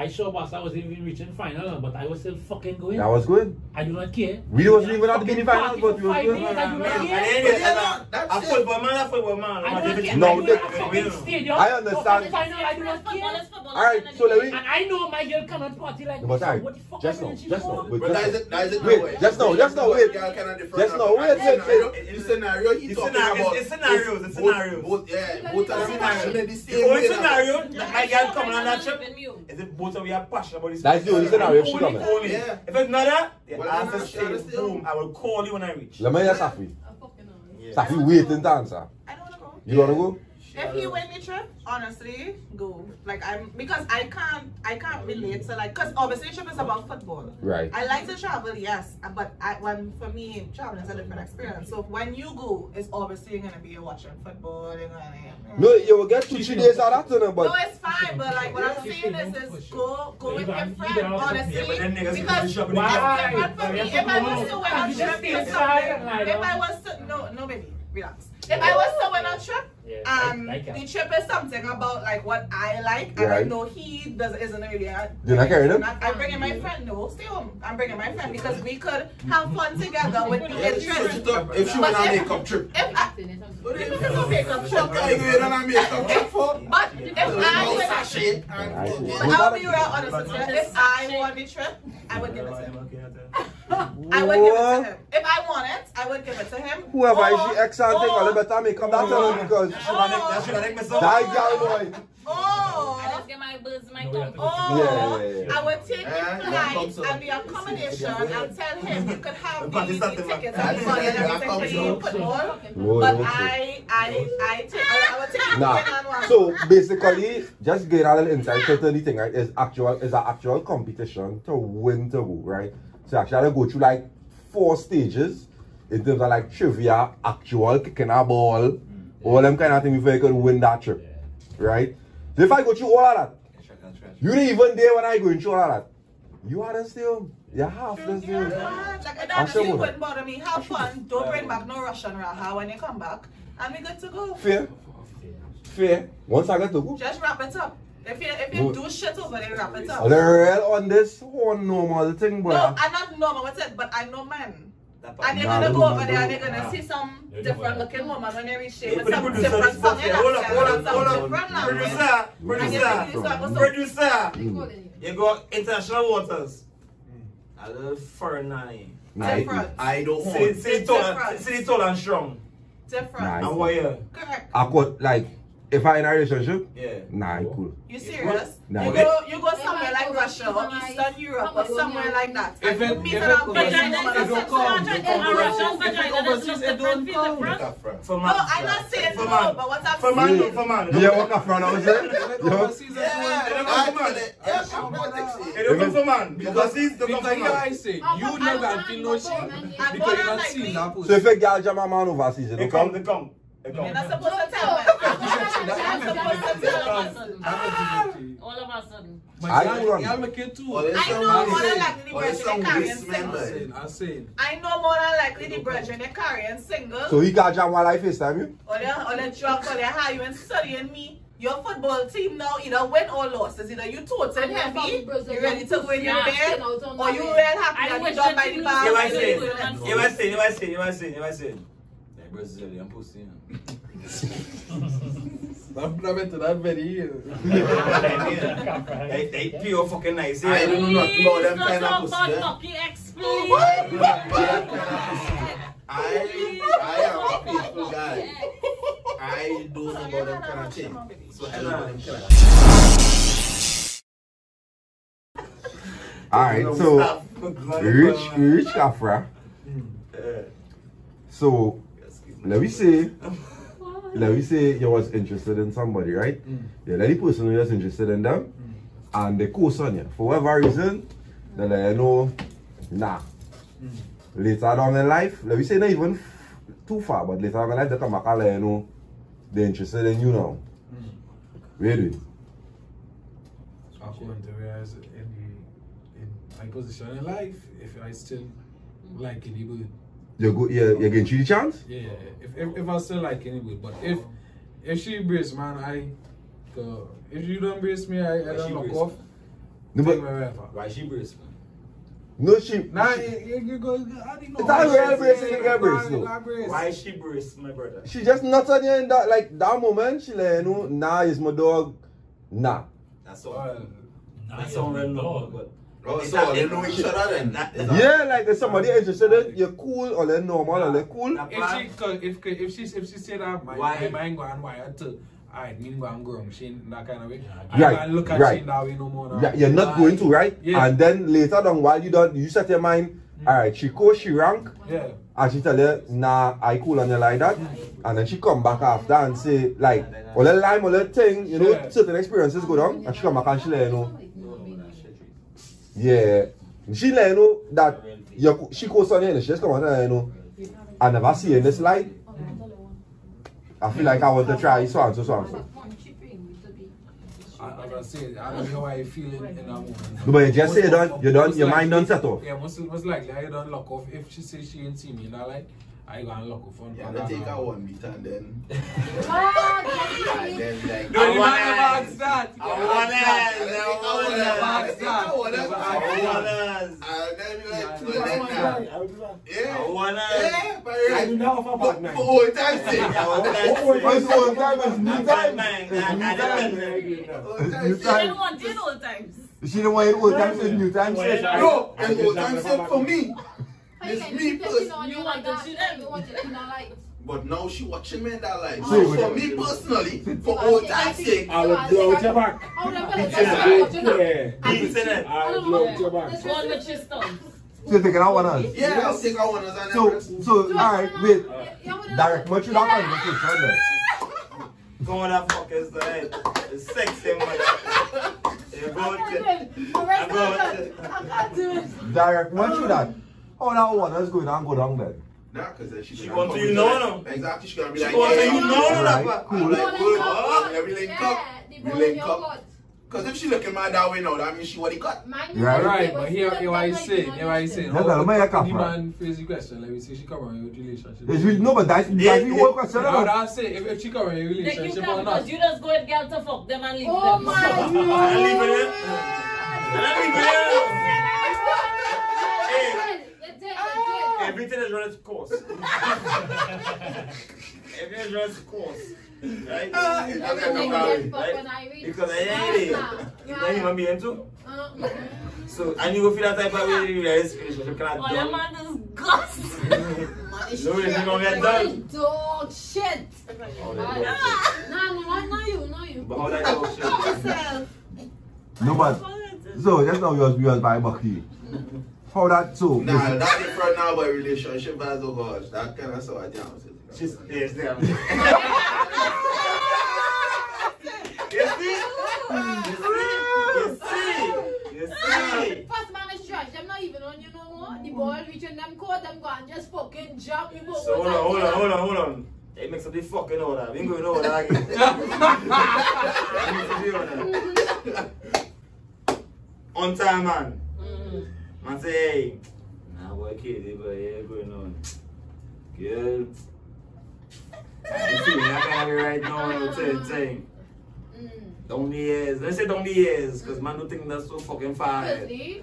Speaker 6: I sure was I was even reaching final, but I was still fucking going.
Speaker 8: that was good.
Speaker 6: I do not care.
Speaker 8: We wasn't even at
Speaker 6: Fucking
Speaker 8: the beginning final,
Speaker 6: party
Speaker 8: but
Speaker 6: for
Speaker 8: we was
Speaker 6: five
Speaker 8: going.
Speaker 6: days, I do not
Speaker 9: And
Speaker 6: care.
Speaker 9: then
Speaker 2: But
Speaker 9: there's
Speaker 2: they're
Speaker 9: a-
Speaker 2: not-
Speaker 9: a
Speaker 2: that's it.
Speaker 9: football man, a football man.
Speaker 6: I don't care.
Speaker 8: No,
Speaker 6: I do
Speaker 8: the-
Speaker 6: not fucking stadium.
Speaker 8: I understand.
Speaker 6: Fucking final, I do not
Speaker 5: football
Speaker 6: care.
Speaker 5: is football.
Speaker 8: All right, so let me-
Speaker 6: And I know my girl cannot party like
Speaker 8: But
Speaker 6: this,
Speaker 8: I,
Speaker 6: so what the fuck am
Speaker 8: just
Speaker 6: I
Speaker 8: now,
Speaker 6: reaching
Speaker 8: just
Speaker 6: for?
Speaker 8: now, but
Speaker 2: But that
Speaker 8: just now.
Speaker 2: is, that is
Speaker 8: Wait, just now, just now, wait.
Speaker 2: Girl cannot differ
Speaker 8: Just
Speaker 2: now.
Speaker 8: now, wait,
Speaker 2: And
Speaker 8: wait,
Speaker 2: scenario-
Speaker 8: wait.
Speaker 2: The scenario he
Speaker 9: It's
Speaker 2: talking
Speaker 9: scenario-
Speaker 2: about.
Speaker 9: it's scenarios,
Speaker 2: is
Speaker 9: it's
Speaker 2: both-
Speaker 9: scenarios.
Speaker 2: Both, yeah,
Speaker 4: It's
Speaker 2: both are
Speaker 4: scenario.
Speaker 2: passionate in
Speaker 9: The
Speaker 2: the same
Speaker 9: only
Speaker 2: way. now.
Speaker 9: scenario that my girl coming on that trip is if both of you are passionate about this.
Speaker 8: That's the only scenario she coming.
Speaker 9: Only.
Speaker 2: Yeah.
Speaker 9: If it's not that, yeah,
Speaker 2: Well,
Speaker 9: answer
Speaker 2: I'm not sure
Speaker 9: straight.
Speaker 2: still.
Speaker 9: Boom. I will call you when I reach.
Speaker 8: Let me hear Safi.
Speaker 9: Yeah.
Speaker 8: Safi waiting to answer.
Speaker 7: I don't wanna go.
Speaker 8: You wanna go?
Speaker 7: If he win the trip, honestly, go. Like I'm because I can't I can't relate to like because obviously the trip is about football.
Speaker 8: Right.
Speaker 7: I like to travel, yes, but I when for me traveling is a different experience. So when you go, it's obviously you're gonna be watching football. You're gonna,
Speaker 8: No, you will get two, three days out of that,
Speaker 7: No,
Speaker 8: but
Speaker 7: it's fine, but like what I'm saying is, is go, go with your friend, honestly.
Speaker 9: Yeah, but then niggas
Speaker 7: because
Speaker 9: can
Speaker 7: it's
Speaker 9: shop in the
Speaker 6: Why?
Speaker 7: different for me. If I was to
Speaker 6: You
Speaker 7: win a
Speaker 6: just
Speaker 7: trip
Speaker 6: stay
Speaker 7: to
Speaker 6: inside,
Speaker 7: somewhere,
Speaker 6: like,
Speaker 7: if I was to, no, no, baby, relax. If I was to win a trip,
Speaker 6: Yeah, I-
Speaker 7: um,
Speaker 6: I can.
Speaker 7: the trip is something about like what I like, and I
Speaker 8: Right.
Speaker 7: know he does isn't really. I,
Speaker 8: You're not carrying him?
Speaker 7: I'm bringing my friend. No, stay home. I'm bringing my friend because we could have fun together with the
Speaker 2: Yeah, you switch
Speaker 7: interest.
Speaker 2: it up. If she
Speaker 7: But
Speaker 2: went on a
Speaker 7: if-
Speaker 2: makeup trip.
Speaker 7: If I,
Speaker 2: What
Speaker 7: if
Speaker 2: if-
Speaker 7: you go make up, sure.
Speaker 2: Okay, you went on a makeup trip for.
Speaker 7: But if I
Speaker 2: No
Speaker 7: win a trip.
Speaker 2: sachet and
Speaker 8: I see.
Speaker 7: But
Speaker 2: fucking-
Speaker 7: I'll be real honest with you. If I won the trip, I would give it to him. I would give it to
Speaker 8: What?
Speaker 7: him. If I won it, I would give it to him.
Speaker 8: whoever is
Speaker 7: Or-
Speaker 8: she ex and take a little better make up that
Speaker 6: Oh.
Speaker 8: time because
Speaker 9: That should have make me so.
Speaker 8: that girl boy.
Speaker 5: I
Speaker 7: Or,
Speaker 5: just get my birds, my
Speaker 6: No,
Speaker 5: tongue.
Speaker 6: you
Speaker 7: or,
Speaker 8: Yeah, yeah, yeah.
Speaker 7: Oh. I would take the
Speaker 2: Eh, that
Speaker 7: flight
Speaker 2: comes up.
Speaker 7: and the accommodation and tell him you could have
Speaker 9: But
Speaker 7: the,
Speaker 9: it's not
Speaker 7: the
Speaker 9: the-
Speaker 7: tickets
Speaker 2: that
Speaker 7: and the money and
Speaker 2: comes
Speaker 7: everything for
Speaker 2: up.
Speaker 7: you football.
Speaker 8: Whoa,
Speaker 7: But
Speaker 8: what's it?
Speaker 7: I I, I, take, I, I would take it
Speaker 8: Nah.
Speaker 7: on one.
Speaker 8: So basically, just get a little insight to the thing, right? Is actual is an actual competition to win to go, right? So actually, I go through like four stages in terms of like trivia, actual kicking a ball, all them kind of thing before you can win that trip, right? So if I go through all of that, you didn't even there when I go through all of that. You are the same. You're half the same.
Speaker 7: Yeah, Like, it
Speaker 8: I said
Speaker 7: honestly
Speaker 8: what?
Speaker 7: wouldn't bother me. Have fun. Don't bring back no Russian Raha when you come back. And we good to go.
Speaker 8: Fair. Fair. Once I get to go.
Speaker 7: Just wrap it up. If you if
Speaker 8: No.
Speaker 7: you do shit over there, wrap it up.
Speaker 8: The real on this whole normal thing, boy.
Speaker 7: No, I'm not normal with it, but I know men. And they're
Speaker 8: Nah,
Speaker 7: gonna
Speaker 8: no,
Speaker 7: go
Speaker 8: no,
Speaker 7: over there and
Speaker 8: no.
Speaker 7: they're gonna see some different looking woman when they reach there with
Speaker 9: Hey,
Speaker 7: some
Speaker 9: producer,
Speaker 7: different
Speaker 9: this
Speaker 7: song in
Speaker 9: podcast. Hold up,
Speaker 7: accent
Speaker 9: hold
Speaker 7: and
Speaker 9: up,
Speaker 7: some
Speaker 9: hold up.
Speaker 7: different language.
Speaker 9: Producer,
Speaker 7: And you think
Speaker 9: producer,
Speaker 7: these songs are so
Speaker 9: producer.
Speaker 8: Hmm.
Speaker 4: Recording.
Speaker 9: You go international waters. A little foreign nanny.
Speaker 7: different.
Speaker 2: I
Speaker 8: Oh,
Speaker 2: don't
Speaker 9: See,
Speaker 2: want.
Speaker 9: see, tall, and- see, tall and strong.
Speaker 7: Different.
Speaker 8: Nah,
Speaker 9: And warrior.
Speaker 7: Correct.
Speaker 8: I could like if I in a relationship,
Speaker 9: Yeah.
Speaker 8: nah, it cool.
Speaker 7: You serious?
Speaker 8: Nah,
Speaker 7: you
Speaker 8: it-
Speaker 7: go you go
Speaker 4: If
Speaker 7: somewhere
Speaker 4: I
Speaker 7: like
Speaker 4: go
Speaker 7: Russia or
Speaker 4: overseas,
Speaker 7: Eastern Europe or
Speaker 4: I go
Speaker 7: somewhere
Speaker 4: there.
Speaker 7: like that.
Speaker 3: If it-
Speaker 7: And you meet
Speaker 3: if
Speaker 7: an
Speaker 3: it overseas,
Speaker 7: African woman
Speaker 5: Vagina
Speaker 3: it
Speaker 7: and
Speaker 5: is
Speaker 3: don't
Speaker 7: some
Speaker 3: come.
Speaker 5: just
Speaker 7: sort of-
Speaker 5: Russian
Speaker 4: It
Speaker 5: and
Speaker 4: don't
Speaker 5: Russian
Speaker 4: come.
Speaker 5: vagina is just different, feel different.
Speaker 2: Afra.
Speaker 9: For man.
Speaker 7: No, I'm not saying
Speaker 9: For
Speaker 7: no,
Speaker 9: man.
Speaker 7: but what I'm
Speaker 9: For man,
Speaker 7: saying
Speaker 9: no, for man.
Speaker 8: You hear what Kafran was saying? You hear-
Speaker 2: Yeah, I want it. Yeah, I want it.
Speaker 9: They don't come for man. Because he's the come
Speaker 3: Because
Speaker 9: for
Speaker 3: you know
Speaker 9: man.
Speaker 3: I say, you
Speaker 7: Ah,
Speaker 4: Oh, but I
Speaker 3: never
Speaker 4: was
Speaker 3: feel
Speaker 4: on
Speaker 3: no
Speaker 4: the
Speaker 3: shame.
Speaker 4: phone and-
Speaker 3: Because you not
Speaker 7: Like
Speaker 3: seen
Speaker 7: me.
Speaker 3: that
Speaker 8: So
Speaker 3: post.
Speaker 8: if a girl jam a man overseas, you
Speaker 9: They
Speaker 8: don't
Speaker 9: come, they
Speaker 8: come.
Speaker 9: come. They come.
Speaker 7: You're not supposed to tell
Speaker 4: All
Speaker 7: me.
Speaker 4: of
Speaker 5: All
Speaker 4: a
Speaker 5: of a sudden.
Speaker 3: All
Speaker 5: All of a sudden.
Speaker 8: I
Speaker 3: But
Speaker 8: don't
Speaker 3: y'all, y'all make it too.
Speaker 2: Or there's
Speaker 7: Ah. I
Speaker 2: some
Speaker 7: know
Speaker 2: waste-
Speaker 7: more than likely
Speaker 2: or there's
Speaker 7: the
Speaker 2: some
Speaker 7: Caribbean
Speaker 2: waste
Speaker 7: same.
Speaker 3: I'm
Speaker 2: member.
Speaker 3: saying, I'm saying.
Speaker 7: I know more than likely the brethren they're carrying single
Speaker 8: So he can jam while I FaceTime you?
Speaker 7: or they're or they're drunk or they're high you and studying me. Your football team now either win or lost. It's either you total
Speaker 4: And then
Speaker 7: heavy,
Speaker 4: from Brazil,
Speaker 7: you ready to go in your
Speaker 5: yeah,
Speaker 7: bed,
Speaker 4: you know,
Speaker 7: or you real
Speaker 4: don't
Speaker 7: happy
Speaker 5: I
Speaker 7: that
Speaker 5: wish
Speaker 7: you done
Speaker 5: that
Speaker 7: by
Speaker 5: you
Speaker 7: the
Speaker 5: knew
Speaker 7: bar.
Speaker 5: you
Speaker 9: Yeah, I
Speaker 5: were
Speaker 9: say.
Speaker 5: doing that.
Speaker 9: You might say, you might say, you might say, you might say.
Speaker 2: Like Brazilian pussy. huh?
Speaker 3: I've never been to that very year.
Speaker 9: They, they pure fucking nice.
Speaker 2: I
Speaker 9: Yeah.
Speaker 2: don't know nothing about them
Speaker 5: Please,
Speaker 2: kind
Speaker 5: don't
Speaker 2: of
Speaker 5: talk
Speaker 2: pussy. eh?
Speaker 5: about
Speaker 2: huh?
Speaker 5: fucking X, please.
Speaker 2: I, I am a faithful guy. I don't know about them kind of thing. So I don't know about them kind of thing.
Speaker 8: Alright, so rich, rich Kafra. So let me say, let me say you was interested in somebody, right?
Speaker 3: Mm.
Speaker 8: Yeah, let the person who was interested in them, and they course on you for whatever reason, then let you know, nah.
Speaker 3: Mm.
Speaker 8: Later down in life, let me say not even too far, but later on in life they come back and let you know they're interested in you now.
Speaker 3: Mm.
Speaker 8: Really?
Speaker 3: I couldn't realize in, in my position in life if I still like anybody.
Speaker 8: You go, yeah, you getting you the chance?
Speaker 3: Yeah, if, if, if I still like anybody, but if if she embrace man, I uh, if you don't embrace me, I, I
Speaker 2: Why
Speaker 3: don't
Speaker 2: she
Speaker 3: knock
Speaker 2: brace
Speaker 3: off.
Speaker 8: No,
Speaker 3: Take
Speaker 8: but
Speaker 3: my wherever.
Speaker 2: Why she brace man?
Speaker 8: no she.
Speaker 3: Nah, you, you- you go. I didn't know.
Speaker 8: It's not real brace, it ain't real brace,
Speaker 3: Nah,
Speaker 8: though.
Speaker 3: nah, brace.
Speaker 9: Why she brace, my brother?
Speaker 8: She just not on you in that like that moment. She like you know, nah, is my dog. Nah.
Speaker 2: That's all.
Speaker 3: Well,
Speaker 9: That's all real love. But
Speaker 2: Oh, so they know each other then. That is all.
Speaker 8: Yeah, like if somebody interested in you cool or they normal or they cool.
Speaker 3: If she, co- if co- if she, if she say that, my
Speaker 2: Why?
Speaker 3: my mind go and wire too. Alright, me go and go on Shane that kind of way. I
Speaker 8: Right,
Speaker 3: can't look at
Speaker 8: right.
Speaker 3: Shane that way no more. Now.
Speaker 8: Yeah, you're not going to right.
Speaker 3: Yeah.
Speaker 8: And then later on while you don't you set your mind, alright, she cool, she rank,
Speaker 3: Yeah.
Speaker 8: and she tell you, nah, I cool on you like that. And then she come back after and say like all the lime, all the thing, you know,
Speaker 3: Yeah.
Speaker 8: certain experiences go down and she come back and she let you know.
Speaker 2: No, no, that shit.
Speaker 8: Yeah. She let you know that you, she goes on here and she just come out and let you know. I never see in this light. I feel like I want to try so and so so and so.
Speaker 3: I- As I said, I don't know how I feel in, in that moment.
Speaker 8: No, but you just say you don't- you don't-
Speaker 3: Most
Speaker 8: your mind don't
Speaker 3: likely-
Speaker 8: set off.
Speaker 3: Yeah, most, most likely I don't lock off. If she says she ain't see me, you know, like, I go and lock off on
Speaker 2: Yeah,
Speaker 3: on
Speaker 2: they
Speaker 3: that
Speaker 2: take
Speaker 3: now.
Speaker 2: out one beat and then.
Speaker 4: Ah,
Speaker 2: And then like.
Speaker 3: Don't
Speaker 9: I
Speaker 3: even
Speaker 9: want
Speaker 3: ask
Speaker 9: it.
Speaker 3: that.
Speaker 9: I want it. I
Speaker 3: want it. I want it.
Speaker 9: I want
Speaker 2: I
Speaker 9: us.
Speaker 2: And then be like,
Speaker 3: Yeah,
Speaker 2: well, then now.
Speaker 1: I would do that.
Speaker 2: Yeah.
Speaker 9: I want us.
Speaker 2: Yeah, but you're
Speaker 1: I do
Speaker 2: like,
Speaker 1: not have a
Speaker 2: for
Speaker 1: back
Speaker 2: for
Speaker 1: nine.
Speaker 2: old time's sake.
Speaker 9: I want us.
Speaker 1: Oh, oh,
Speaker 8: It's old time, it's new time.
Speaker 9: I'm bad man. I- I don't know.
Speaker 2: Old
Speaker 8: New
Speaker 2: time's
Speaker 5: You
Speaker 2: sake.
Speaker 8: time.
Speaker 5: didn't want it all times.
Speaker 8: She don't want it old time, it's new time. sis.
Speaker 6: Well,
Speaker 2: No, and old time's sake for me.
Speaker 5: You want to see them.
Speaker 2: But now she watching me in that life.
Speaker 8: So-
Speaker 2: So for me personally, for old time's sake,
Speaker 1: I would blow out your back.
Speaker 4: Oh, them
Speaker 1: Yeah.
Speaker 4: fellas,
Speaker 1: Yeah.
Speaker 9: Beats in it.
Speaker 1: I would blow out your back.
Speaker 5: Go on with your stuff.
Speaker 8: So you're taking out one else.
Speaker 2: Yeah, I'll take out one as an
Speaker 8: So,
Speaker 2: reference.
Speaker 8: so, alright, wait. Direct
Speaker 4: Direct
Speaker 8: much to that conversation then.
Speaker 9: Go on that fucking side. It's sexy, man. You go to...
Speaker 4: I can't, I can't do it.
Speaker 8: Direct much to that. Oh, that one that's going on, go down then.
Speaker 2: Nah, cause then she
Speaker 9: She
Speaker 2: gonna
Speaker 9: want to you
Speaker 2: come with
Speaker 9: know,
Speaker 2: like- Exactly, she gonna be like,
Speaker 9: want to
Speaker 2: yeah,
Speaker 9: you know,
Speaker 2: I'm
Speaker 8: Alright,
Speaker 2: like,
Speaker 8: cool.
Speaker 2: I'm like,
Speaker 4: Ball in your
Speaker 2: oh,
Speaker 4: court.
Speaker 2: yeah, we link
Speaker 4: Yeah,
Speaker 2: up.
Speaker 4: the
Speaker 2: We
Speaker 4: ball in
Speaker 2: link
Speaker 4: your
Speaker 2: up.
Speaker 4: court.
Speaker 2: Cause if she looking mad that way now, that means she what he got.
Speaker 4: Mine
Speaker 8: Yeah,
Speaker 4: was
Speaker 8: right,
Speaker 4: they were
Speaker 10: but here,
Speaker 4: still
Speaker 10: here what I
Speaker 4: like
Speaker 10: say,
Speaker 4: the
Speaker 10: here what I say.
Speaker 4: nonsense.
Speaker 8: That's how my
Speaker 10: The
Speaker 8: cap, right?
Speaker 10: man face the question, like we say she come around your relationship.
Speaker 8: It's really, no, but that's, that's the whole question.
Speaker 10: I would
Speaker 8: no?
Speaker 10: ask say if, if she come around your
Speaker 5: Like you
Speaker 10: relationship
Speaker 5: can
Speaker 10: or not.
Speaker 5: because you just go and girl to fuck them and leave them.
Speaker 4: Oh my god.
Speaker 9: I leave it in. I leave it in.
Speaker 4: It did, it did.
Speaker 9: Everything is run its course. Everything is run its course. Right?
Speaker 2: Ah, it's not gonna
Speaker 4: Everything
Speaker 2: happen.
Speaker 4: gets fucked when I read.
Speaker 9: Because I hate it. You know you want me into?
Speaker 4: Uh,
Speaker 9: So, and you go feel that type of way, you realize relationship cannot
Speaker 5: Oh, that
Speaker 9: done.
Speaker 5: man is gusty.
Speaker 9: No, it's gonna get done.
Speaker 4: Dog shit.
Speaker 9: Oh,
Speaker 4: Nah,
Speaker 9: that
Speaker 4: no, no, no, you, no, you.
Speaker 9: But how that dog shit?
Speaker 8: No, but, so, just now we was, we was by Bucky. How that, so,
Speaker 2: Nah,
Speaker 8: listen,
Speaker 2: that's different now about relationship as a horse. That kind of so I down.
Speaker 9: She's yes, there. You see? You see? You see?
Speaker 4: First man is trash. Them not even on you no more. The ball reaching them court, them go and just fucking jump you.
Speaker 9: So hold on, hold on, hold on, hold on. They make something fucking order. We ain't going order again. They make something order. On time, man. Man say, hey, nah, boy, kid, eh, boy, yeah, going on. Girl, you see, I can't be right now. I'm saying, saying,
Speaker 4: Mm.
Speaker 9: down the years. Let's say down the years, cause man don't think that's so fucking far. ahead.
Speaker 4: Firstly,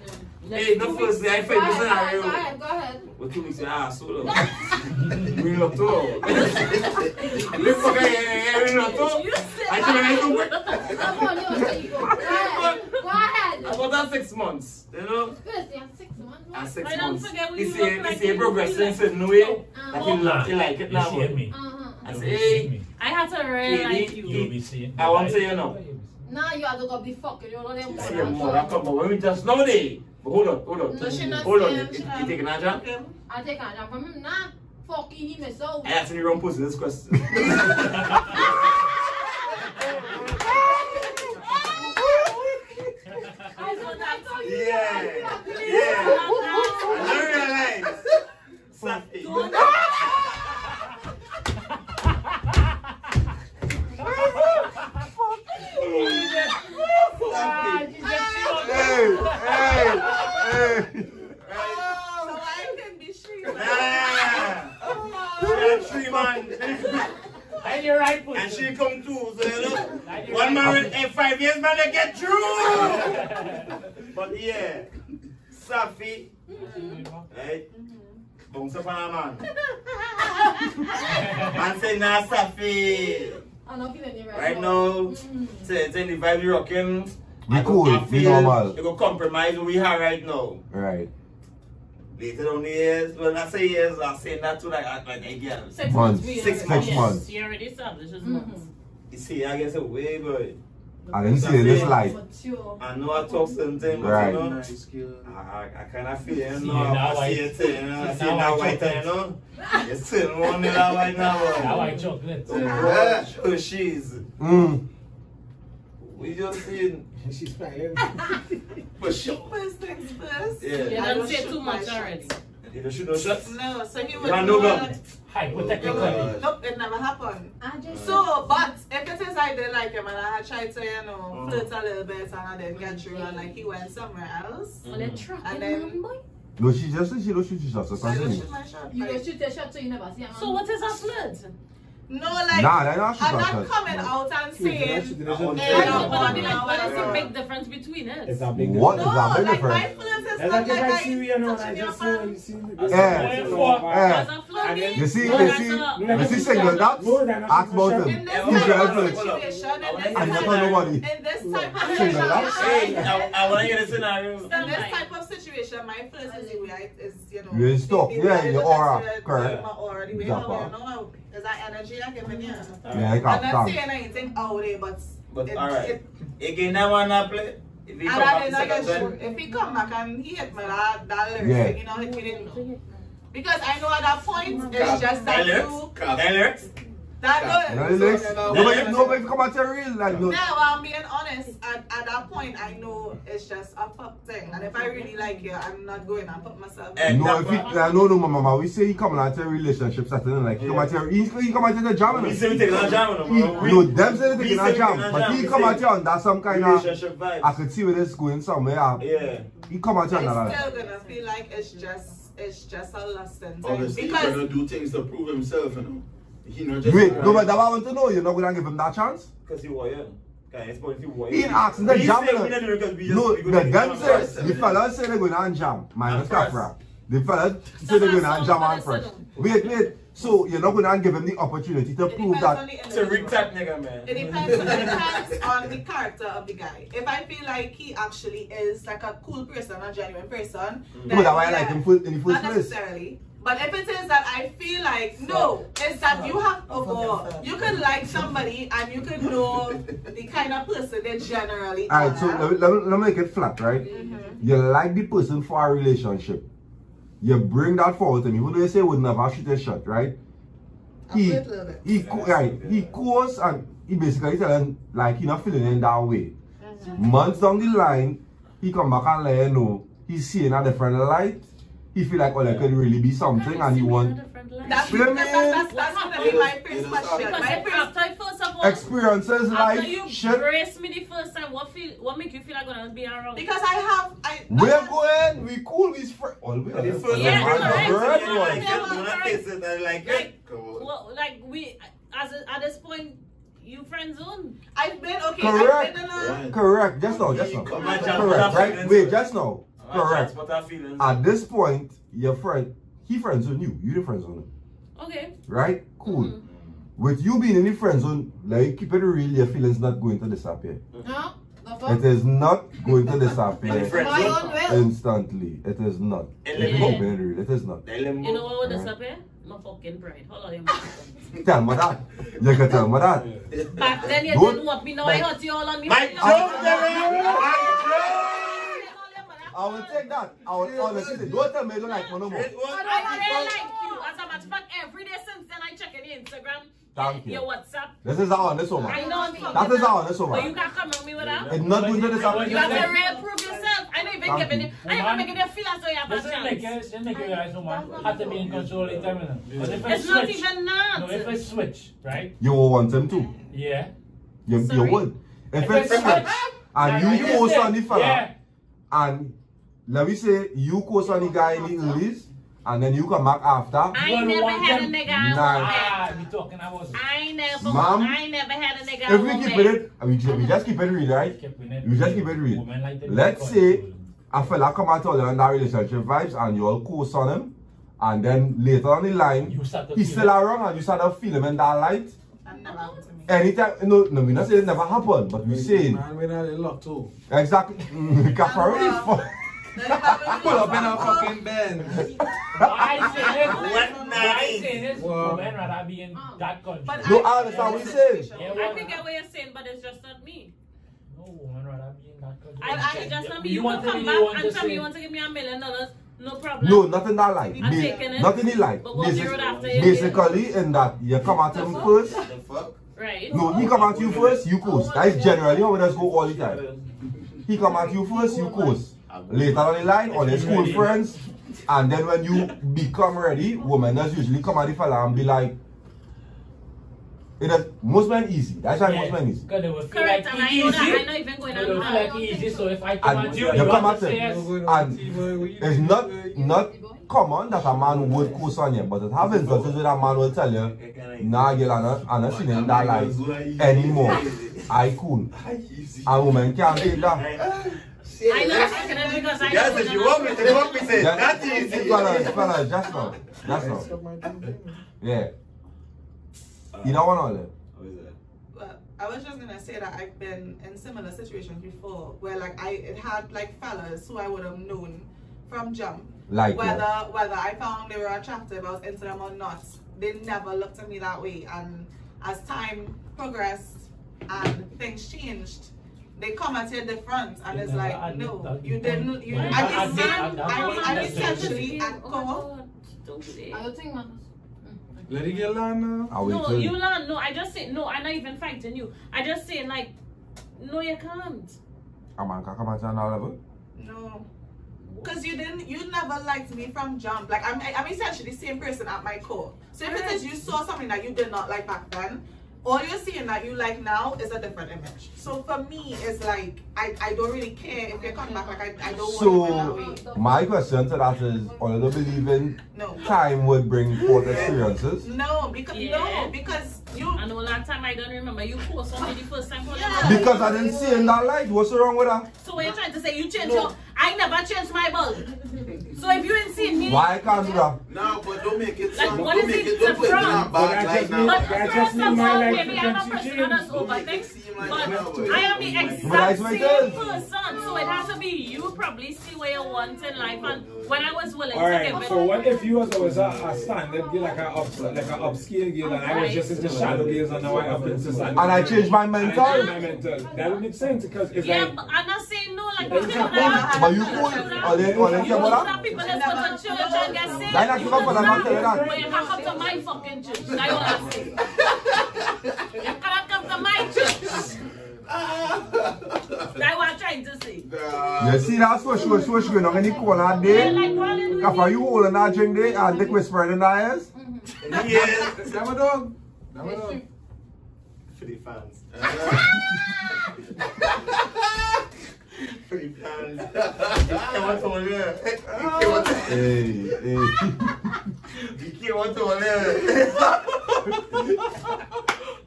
Speaker 9: Hey, not firstly, I
Speaker 4: go
Speaker 9: fight this
Speaker 4: ahead,
Speaker 9: scenario.
Speaker 4: go ahead, go ahead.
Speaker 9: We're two weeks in our solo. We're not two. We're fucking, yeah, we're not two.
Speaker 5: You said
Speaker 9: I should have been two.
Speaker 4: Come on, yo, so you go. Go ahead. Go ahead.
Speaker 9: About that six months, you know?
Speaker 4: Firstly, I'm six months.
Speaker 9: And six
Speaker 5: I don't
Speaker 9: months.
Speaker 5: forget what
Speaker 9: He
Speaker 5: you
Speaker 9: say,
Speaker 5: look
Speaker 9: he
Speaker 5: like
Speaker 9: say
Speaker 5: and
Speaker 9: progressing
Speaker 5: you
Speaker 9: certain way. Like
Speaker 4: Uh-huh.
Speaker 9: he love, he like it
Speaker 6: You
Speaker 9: now.
Speaker 6: see me?
Speaker 4: Uh-huh.
Speaker 9: I
Speaker 6: You
Speaker 9: say,
Speaker 6: see
Speaker 9: hey,
Speaker 6: me?
Speaker 5: I had to
Speaker 9: Hey,
Speaker 5: realize
Speaker 9: he-
Speaker 5: you.
Speaker 6: You be seeing
Speaker 9: I want to,
Speaker 6: me.
Speaker 9: you know.
Speaker 4: Now you have to go be fucking. You know them.
Speaker 9: I say, mother, come on, when we just know they. But hold on, hold on.
Speaker 4: So she not
Speaker 9: Hold on,
Speaker 4: saying
Speaker 9: you
Speaker 4: she
Speaker 9: you taking a jump?
Speaker 4: I take a jump from him now. Fucking him is so.
Speaker 9: I asked the wrong person this question.
Speaker 4: I don't like "Oh, you.
Speaker 9: Yeah, yeah. I don't realize. Safi.
Speaker 6: Ah,
Speaker 2: Something.
Speaker 1: Ah,
Speaker 8: hey, hey, hey.
Speaker 7: So I can be sure.
Speaker 9: Yeah. She had three man.
Speaker 6: And you're right, pussy.
Speaker 9: And she come too, so you know. One married in five years, man, they get through. but yeah, Safi, eh? Bon, right? Bounce up on a man. man say, nah, Safi.
Speaker 4: I'm not feeling it right,
Speaker 9: Right now,
Speaker 4: Mm-hmm.
Speaker 9: say, say the vibe you rocking.
Speaker 8: We
Speaker 9: I go-
Speaker 8: cool,
Speaker 9: I
Speaker 8: we
Speaker 9: feel
Speaker 8: normal.
Speaker 9: You go compromise where we are right now.
Speaker 8: Right.
Speaker 9: Later on the years, when I say years, I say that to like, like, like, girl.
Speaker 5: Six
Speaker 8: Months.
Speaker 5: months. we
Speaker 9: Six
Speaker 5: already-
Speaker 8: months.
Speaker 5: yes,
Speaker 8: Months.
Speaker 5: You already established it's
Speaker 4: Mhm.
Speaker 5: months.
Speaker 9: You see, I guess, way, boy.
Speaker 8: I didn't see this light.
Speaker 4: Mature.
Speaker 9: I know I talk something, but
Speaker 8: Right.
Speaker 9: you know,
Speaker 2: Nice girl.
Speaker 9: I, I, I kind of feel it,
Speaker 6: See
Speaker 9: you know,
Speaker 6: it now,
Speaker 9: I
Speaker 6: I-
Speaker 9: see it,
Speaker 6: see
Speaker 9: you know, I see
Speaker 6: it
Speaker 9: it
Speaker 6: now,
Speaker 9: now,
Speaker 6: I
Speaker 9: white, you
Speaker 6: chocolate.
Speaker 9: know. You still want it now, right
Speaker 6: Now
Speaker 9: now,
Speaker 6: I chocolate.
Speaker 9: uh, Hershey's.
Speaker 8: Mm.
Speaker 9: We just seen,
Speaker 1: She's fine.
Speaker 2: For sure.
Speaker 7: First things first.
Speaker 9: Yeah.
Speaker 5: You
Speaker 9: You
Speaker 7: I
Speaker 5: don't say
Speaker 7: shoot
Speaker 5: too
Speaker 7: my
Speaker 5: much
Speaker 7: shot.
Speaker 5: already.
Speaker 4: Mm-hmm.
Speaker 9: you know, shoot no shots.
Speaker 7: No, so he would.
Speaker 9: Yeah, no, no.
Speaker 7: not-
Speaker 6: Hypothetically.
Speaker 2: God.
Speaker 7: Nope, it never happened.
Speaker 4: I just
Speaker 7: So, but if it is I did like him and I had tried to, you know,
Speaker 9: Mm.
Speaker 7: flirt a little bit and I didn't get through and like he went somewhere else,
Speaker 2: Mm.
Speaker 4: on a truck
Speaker 7: And
Speaker 4: and
Speaker 7: then-
Speaker 4: then Mm-hmm. boy.
Speaker 8: No, she just said she don't shoot yourself, so
Speaker 7: so I just
Speaker 8: continue.
Speaker 7: shoot my shot.
Speaker 4: You go
Speaker 7: Like,
Speaker 4: shoot a shot so you never see a man.
Speaker 5: So what is a flirt?
Speaker 7: no, like,
Speaker 8: Nah, they're not
Speaker 7: I'm
Speaker 8: shooting
Speaker 7: not
Speaker 8: yourself.
Speaker 7: coming out and saying, no,
Speaker 5: I know, but I mean,
Speaker 7: no,
Speaker 5: like, what is
Speaker 7: no.
Speaker 5: the big difference between us?
Speaker 8: What
Speaker 7: no,
Speaker 8: is that big
Speaker 7: like my
Speaker 8: difference?
Speaker 7: flirt is
Speaker 1: That's
Speaker 7: not
Speaker 1: like
Speaker 7: like
Speaker 1: if I
Speaker 7: I
Speaker 1: see you, you know, and I
Speaker 7: touching your
Speaker 1: just saw you
Speaker 7: phone.
Speaker 1: see
Speaker 8: Yeah.
Speaker 5: Does
Speaker 8: Eh,
Speaker 5: a flirt
Speaker 6: And then-
Speaker 5: mean?
Speaker 8: you see,
Speaker 5: No,
Speaker 8: you
Speaker 5: that's
Speaker 8: see,
Speaker 5: not-
Speaker 8: you see single dots?
Speaker 1: No, they're not
Speaker 8: Ask
Speaker 1: shooting
Speaker 8: about
Speaker 1: yourself.
Speaker 8: them.
Speaker 7: In this
Speaker 9: Hold
Speaker 8: up,
Speaker 7: type
Speaker 8: hold
Speaker 7: of
Speaker 9: up, hold up.
Speaker 7: situation, in this
Speaker 8: I
Speaker 9: I'm
Speaker 7: type
Speaker 8: never
Speaker 9: not-
Speaker 7: of
Speaker 8: know nobody.
Speaker 7: in this type of
Speaker 8: Single
Speaker 7: situation,
Speaker 8: up.
Speaker 9: Hey, I, I want to hear the scenario.
Speaker 7: In this type of situation, my first is the way I, is, you know.
Speaker 8: You stop.
Speaker 7: the way
Speaker 8: Yeah,
Speaker 7: I
Speaker 8: your
Speaker 7: look at
Speaker 8: aura.
Speaker 7: you,
Speaker 8: Correct.
Speaker 7: My aura, the way
Speaker 8: Drop
Speaker 7: how I
Speaker 8: off.
Speaker 7: know how, is that energy I give in you.
Speaker 1: Mm-hmm.
Speaker 8: Yeah, I
Speaker 7: I'm
Speaker 8: can't
Speaker 7: not
Speaker 8: stand.
Speaker 7: saying anything out there, but.
Speaker 9: But
Speaker 7: it-
Speaker 9: alright,
Speaker 7: it-
Speaker 9: again, I want to play.
Speaker 7: And I did not get sure. If he come back and he hit me that, that lyric,
Speaker 8: Yeah.
Speaker 7: you know, he didn't know. Because I know at that
Speaker 2: Mm.
Speaker 7: point, it's just that you,
Speaker 9: Alex?
Speaker 7: that
Speaker 8: No,
Speaker 7: good.
Speaker 8: Alex.
Speaker 7: So, you know,
Speaker 8: Nobody, nobody come out to real like no.
Speaker 7: No,
Speaker 9: Da.
Speaker 7: well, I'm being honest. At, at that point, I know it's just a fuck thing. And if I really like you, I'm not going and put myself in.
Speaker 8: No, if he, uh, no, no, mama, mama. We say he come out to a relationship, Saturday, like he come out to, he, he come out to the jam.
Speaker 9: We say we taking a jam, no,
Speaker 8: He-
Speaker 9: mama. We-
Speaker 8: No, them say they
Speaker 9: we
Speaker 8: taking
Speaker 9: say
Speaker 8: a
Speaker 9: we taking a
Speaker 8: jam, but
Speaker 9: jam.
Speaker 8: he
Speaker 9: We
Speaker 8: come
Speaker 9: say
Speaker 8: out here and that's some kind of.
Speaker 9: Relationship vibes.
Speaker 8: I could see where it's going somewhere. uh,
Speaker 9: Yeah.
Speaker 8: He come out here and
Speaker 7: I'm
Speaker 8: that.
Speaker 7: still gonna feel like it's just it's just a lesson.
Speaker 2: Obviously, he's
Speaker 7: because
Speaker 2: gonna do things to prove himself, you know. He not just.
Speaker 8: Wait, no, but that what I want to know. You're not gonna give him that chance?
Speaker 9: Because you were young. Can I explain you were
Speaker 8: He
Speaker 9: young?
Speaker 8: asked the
Speaker 9: We
Speaker 8: jam.
Speaker 9: say we didn't because we just-
Speaker 8: No,
Speaker 9: we go
Speaker 8: the
Speaker 9: to
Speaker 8: them
Speaker 9: jam
Speaker 8: say
Speaker 9: first.
Speaker 8: the fella say they going on jam. Minus
Speaker 9: first.
Speaker 8: Capra. The fella say they going on jam on first. Wait, wait. So you're not gonna give him the opportunity to prove
Speaker 7: depends on
Speaker 8: that.
Speaker 7: the
Speaker 9: It's a
Speaker 7: individual.
Speaker 9: Rick type nigga, man.
Speaker 7: It depends, it depends on the character of the guy. If I feel like he actually is like a cool person, a genuine person,
Speaker 8: No, that's why I like him fir- in the first
Speaker 7: Not
Speaker 8: place.
Speaker 7: necessarily. But if it is that I feel like no, it's that you have a goal. You can like somebody and you can know the kind of person they generally are.
Speaker 8: Alright, so let
Speaker 10: uh,
Speaker 8: me, let, me, let me make it flat, right?
Speaker 7: Mm-hmm.
Speaker 8: You like the person for a relationship. You bring that forward to me. Who do you say would never shoot a shot, right?
Speaker 7: I'll
Speaker 8: He,
Speaker 7: play it a little bit.
Speaker 8: he, co- right, he calls and he basically tell him, like, he not feeling in that way.
Speaker 7: Mm-hmm.
Speaker 8: Months down the line, he come back and let you know, he's seeing a different light. He feel like, oh, there could really be something and he want
Speaker 7: That's,
Speaker 8: Swimming.
Speaker 7: that's, that's, that's gonna be my first
Speaker 2: Because
Speaker 7: question.
Speaker 5: Because
Speaker 7: My
Speaker 5: if
Speaker 7: first
Speaker 5: after first of all,
Speaker 8: experiences,
Speaker 5: after
Speaker 8: life,
Speaker 5: you
Speaker 8: shit.
Speaker 5: brace me the first time, what feel, what make you feel like gonna be around?
Speaker 7: because I have I
Speaker 8: We're going, we cool, we's friends. Oh, we are
Speaker 9: The first
Speaker 5: Yeah,
Speaker 9: time
Speaker 5: correct.
Speaker 9: I heard
Speaker 5: Yeah,
Speaker 9: you like
Speaker 5: yeah,
Speaker 9: it, when I
Speaker 5: correct.
Speaker 9: taste it, I like it.
Speaker 5: like, well, like we, as a, at this point, you friend zone.
Speaker 7: I've been okay. I've
Speaker 8: Correct.
Speaker 7: been in a
Speaker 8: Correct. Just now. Just now. Correct. Right. Wait. Just now. Correct. Ah,
Speaker 9: What I feeling.
Speaker 8: At this point, your friend, he friends on you. You the friends on him.
Speaker 5: Okay.
Speaker 8: Right. Cool.
Speaker 5: Mm-hmm.
Speaker 8: With you being in the friend zone, like keep it real, your feelings not going to disappear.
Speaker 4: No, the
Speaker 8: It is not going to disappear
Speaker 9: friend
Speaker 4: My own
Speaker 9: zone.
Speaker 4: will.
Speaker 8: instantly. It is not.
Speaker 9: And
Speaker 5: let
Speaker 8: Keep
Speaker 5: go.
Speaker 8: it real. It is not.
Speaker 9: They let
Speaker 5: You
Speaker 9: me.
Speaker 5: know what would
Speaker 8: Alright.
Speaker 5: disappear? My fucking pride. Hold on, you
Speaker 8: Tell me that. You can tell me that.
Speaker 5: Back then you
Speaker 8: Don't-
Speaker 5: didn't want me, now I hurt you all on me.
Speaker 9: Mike Jones, nigga!
Speaker 8: I will take that. I will honestly. say, Don't tell me you don't like me no more.
Speaker 9: Mike Jones!
Speaker 5: I really like you. As a matter of fact, every day since then I check in your Instagram,
Speaker 8: Thank
Speaker 5: your
Speaker 8: you.
Speaker 5: WhatsApp.
Speaker 8: This is our honest woman.
Speaker 5: I know I'm fucking
Speaker 8: That is
Speaker 5: up,
Speaker 8: our honest
Speaker 5: But you
Speaker 8: woman.
Speaker 5: can't come at me with that.
Speaker 8: It's not going to
Speaker 5: You
Speaker 8: disappear.
Speaker 5: have to real prove yourself. I ain't even
Speaker 8: Thank
Speaker 5: giving it. I ain't even
Speaker 6: you.
Speaker 5: making them feel as though you have a
Speaker 6: This is like, uh,
Speaker 5: chance.
Speaker 6: this is like your eyes, woman. Have to be in control in terminal. But if I
Speaker 5: It's not
Speaker 6: switch,
Speaker 5: even
Speaker 6: no, if I
Speaker 5: that.
Speaker 6: switch, right?
Speaker 8: You will want him too.
Speaker 6: Yeah.
Speaker 8: You, you
Speaker 5: Sorry?
Speaker 8: would. If
Speaker 6: If
Speaker 8: it's
Speaker 6: I
Speaker 8: switch
Speaker 6: switch,
Speaker 8: and you
Speaker 6: Yeah.
Speaker 8: post on the
Speaker 6: Yeah.
Speaker 8: fella and let me say you post on the guy in the earlies and then you come back after.
Speaker 5: I
Speaker 6: You
Speaker 5: ain't
Speaker 6: don't
Speaker 5: never
Speaker 6: want
Speaker 5: had a
Speaker 6: them.
Speaker 5: nigga I
Speaker 8: Nah.
Speaker 5: want
Speaker 6: Ah,
Speaker 5: that.
Speaker 6: we talking about.
Speaker 5: I ain't never,
Speaker 8: Ma'am,
Speaker 5: I ain't never had a nigga I
Speaker 8: If we
Speaker 5: want
Speaker 8: keep
Speaker 5: that.
Speaker 8: it, I mean, we just keep it real, right? You just keep it real.
Speaker 6: Women like to be
Speaker 8: Let's
Speaker 6: controlled.
Speaker 8: say a fella come out all in that relationship vibes and you all course on him and then later on the line
Speaker 6: You start to
Speaker 8: he's
Speaker 6: feel
Speaker 8: still
Speaker 6: it.
Speaker 8: around and you start to feel him in that light.
Speaker 7: that never happened to me.
Speaker 10: Eh.
Speaker 8: Anytime no no we not saying it never happened, but we're saying
Speaker 10: Man, we're not in love too.
Speaker 8: exactly Caparoni fuck.
Speaker 10: Pull up in a fucking bend.
Speaker 6: I say this.
Speaker 9: What
Speaker 6: I
Speaker 9: night?
Speaker 6: say this.
Speaker 10: Wow.
Speaker 6: Women rather be
Speaker 5: Oh.
Speaker 6: in that
Speaker 7: But
Speaker 6: country.
Speaker 8: No,
Speaker 7: I-
Speaker 8: I understand what you're saying.
Speaker 6: Yeah,
Speaker 5: I
Speaker 6: woman-
Speaker 5: think I what you're saying, but it's just not me.
Speaker 6: No woman rather be in that country.
Speaker 5: I, I it's just not me. You,
Speaker 6: want
Speaker 5: can
Speaker 6: to
Speaker 5: come
Speaker 6: be- you
Speaker 5: back
Speaker 6: want
Speaker 5: and
Speaker 6: to
Speaker 5: tell me
Speaker 6: say-
Speaker 5: you want to give me a million dollars, no problem.
Speaker 8: No, not in that life.
Speaker 5: I'm
Speaker 8: Ba-
Speaker 5: taking it.
Speaker 8: Not in the life.
Speaker 5: But what
Speaker 8: Basi-
Speaker 5: you after you
Speaker 8: basically, in that you come at him first.
Speaker 2: The fuck?
Speaker 5: Right.
Speaker 8: No, he come at you first, you coast. That is generally how it does go all the time. He come at you first, you coast. Later on the line, all your school friends, and then when you become ready, women does usually come at the fella and be like, it is most men easy. That's why most men easy.
Speaker 6: Because they will feel
Speaker 5: Correct,
Speaker 6: like
Speaker 5: and I
Speaker 6: easy.
Speaker 5: know that I'm not even going
Speaker 6: They will
Speaker 5: on
Speaker 6: feel
Speaker 5: that.
Speaker 6: like easy, so if I
Speaker 8: And
Speaker 6: come at
Speaker 8: you
Speaker 6: you, you have
Speaker 8: come
Speaker 6: to
Speaker 8: at
Speaker 6: say yes.
Speaker 8: And It's not not common that a man would coast on you, but it have instances where a man will tell you, nah, girl, I'm not, I'm not seeing you in that life anymore. I cool. A woman can't take that.
Speaker 5: I know I'm taking it because I
Speaker 9: That's what you want me to want me to say.
Speaker 8: Yeah.
Speaker 9: That easy.
Speaker 8: Fellas, fellas, just now. Just now. Yeah. You don't want all that.
Speaker 7: Well, I was just gonna say that I've been in similar situations before where like I it had like fellas who I would have known from jump.
Speaker 8: Like
Speaker 7: whether
Speaker 8: that.
Speaker 7: whether I found they were attractive, I was into them or not, they never looked at me that way. And as time progressed and things changed, they come at your difference and it's
Speaker 6: never
Speaker 7: like,
Speaker 6: admit
Speaker 7: no,
Speaker 6: that
Speaker 7: you
Speaker 6: you
Speaker 7: didn't.
Speaker 6: don't-
Speaker 7: You,
Speaker 6: you
Speaker 7: I
Speaker 6: never
Speaker 7: can
Speaker 6: admit
Speaker 7: stand.
Speaker 6: that.
Speaker 7: I mean, I
Speaker 6: That's
Speaker 7: can sexually at court.
Speaker 1: Oh
Speaker 5: Don't do that.
Speaker 4: I don't think man.
Speaker 10: Let it get Lana.
Speaker 8: I wait
Speaker 5: No,
Speaker 8: till.
Speaker 5: you learn. No, I just say no. I'm not even fighting you. I just say like, no, you can't.
Speaker 8: A man ka kaman chan nan level.
Speaker 7: No. Because you didn't, you never liked me from jump. Like, I'm, I'm essentially the same person at my core. So if it is you saw something that you did not like back then, all you're seeing that you like now is a different image. So for me, it's like, I, I don't really care if they come back. Like, I, I don't want to
Speaker 8: So,
Speaker 7: be that way.
Speaker 8: my question to that is, on the believe in
Speaker 7: No.
Speaker 8: time would bring forth experiences.
Speaker 7: No, because,
Speaker 5: Yeah.
Speaker 7: no, because you,
Speaker 5: And all that time I don't remember you post something the first time. for
Speaker 7: Yeah.
Speaker 8: Because I didn't see in that light, what's wrong with that?
Speaker 5: So what you trying to say? You change your. I never changed my bulb. So if you ain't seen me,
Speaker 8: Why can't you that?
Speaker 2: No, but don't make it
Speaker 5: Like,
Speaker 2: sound.
Speaker 5: what
Speaker 2: don't
Speaker 5: is
Speaker 2: make
Speaker 5: it
Speaker 2: it. Don't put it in
Speaker 5: from?
Speaker 2: a
Speaker 1: But I
Speaker 2: bad light
Speaker 1: just
Speaker 2: now.
Speaker 1: need-
Speaker 5: But
Speaker 1: I
Speaker 5: first
Speaker 1: just
Speaker 5: of
Speaker 1: need
Speaker 5: all,
Speaker 1: my life
Speaker 5: maybe
Speaker 1: to
Speaker 5: I'm a
Speaker 1: continue.
Speaker 5: person that does overthink. But I am the
Speaker 8: But
Speaker 5: exact
Speaker 8: that's what it is.
Speaker 5: same person. So it has to be you probably see where you want in life and when I was willing to
Speaker 1: Alright,
Speaker 5: give
Speaker 1: so
Speaker 5: it.
Speaker 1: what if you was always a, a standard girl, like a up, like a upscale girl, and I was just into shadow girls, and now I up into standard.
Speaker 8: And I changed my
Speaker 1: And I changed
Speaker 8: mentality.
Speaker 1: my mental. That would make sense because it's
Speaker 5: Yeah,
Speaker 1: like
Speaker 5: but I'm not saying no like
Speaker 1: But you
Speaker 5: people
Speaker 1: can't-
Speaker 8: But you
Speaker 5: that-
Speaker 8: cool. Are they, are they
Speaker 5: You
Speaker 8: capable
Speaker 5: know
Speaker 8: of?
Speaker 5: that people that's going to church and get saved.
Speaker 8: Why not
Speaker 5: You
Speaker 8: give up on a
Speaker 5: know
Speaker 8: man like
Speaker 5: that.
Speaker 8: that?
Speaker 5: But eh? you can't come to my fucking church. That's what I'm saying. You cannot come to my church. That's what I'm trying to say.
Speaker 8: You see that switch, switch, switch going on in the corner
Speaker 5: Yeah,
Speaker 8: there?
Speaker 5: like rolling with
Speaker 8: Kafa,
Speaker 5: me.
Speaker 8: you holding that drink there and dick was spreading that ass?
Speaker 9: Yeah.
Speaker 10: Dama dog. Dama dog.
Speaker 9: For the fans. For the fans. Ike wan to wale. Ike wan to-
Speaker 8: Hey, hey.
Speaker 9: Ike wan to wale.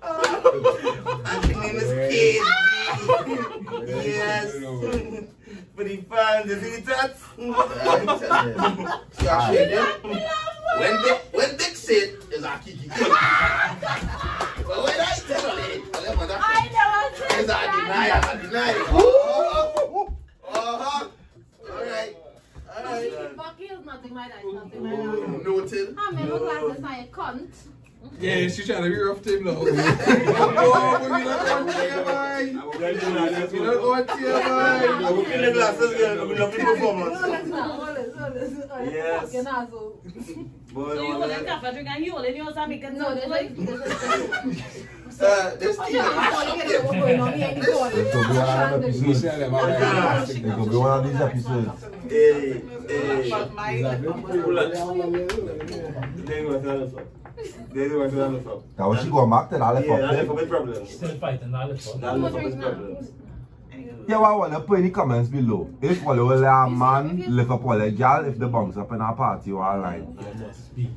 Speaker 9: I'm the meanest kid. Yes. For the fans, you see that?
Speaker 2: Yeah, shit, yeah. When Dick, when Dick said, is a kiki. But when I tell her it, I never that.
Speaker 4: I never
Speaker 2: Is a
Speaker 4: said
Speaker 2: deny,
Speaker 4: that.
Speaker 2: I deny. Uh-huh. Uh-huh. All right. All right.
Speaker 4: Bucky is nothing like that. Nothing like that.
Speaker 2: Ooh, Noted.
Speaker 4: I'm never glad to say a cunt.
Speaker 10: Yeah, she trying to be rough to him now. No, we not going to here, boy. We not going to here, boy.
Speaker 9: I will fill the glasses, girl. I will love the performance. Yes.
Speaker 4: Yes. Fucking asshole.
Speaker 9: Boy,
Speaker 5: So you
Speaker 9: wale.
Speaker 5: holding Kafa drink and he holding yours and making
Speaker 4: No, there's like.
Speaker 5: noise.
Speaker 4: there's like-
Speaker 2: Uh, this
Speaker 4: I
Speaker 2: thing.
Speaker 4: don't know what's going on here. I need to go on.
Speaker 8: It could be another
Speaker 1: it's
Speaker 8: episode.
Speaker 1: not about-
Speaker 8: It could be one of these episodes.
Speaker 9: Hey, hey.
Speaker 7: but my, like,
Speaker 9: There you go, another fuck. There you go, another fuck.
Speaker 8: That was she going back to that left
Speaker 9: Yeah, that's
Speaker 8: up
Speaker 9: a
Speaker 8: there.
Speaker 9: big problem.
Speaker 6: Still fighting that little.
Speaker 9: That
Speaker 4: Who
Speaker 9: left up is
Speaker 4: drinks now?
Speaker 9: problem.
Speaker 8: Yeah, well, I want to put in the comments below. If all will let a man lift up all the girl, if the bunks up in a party or a line.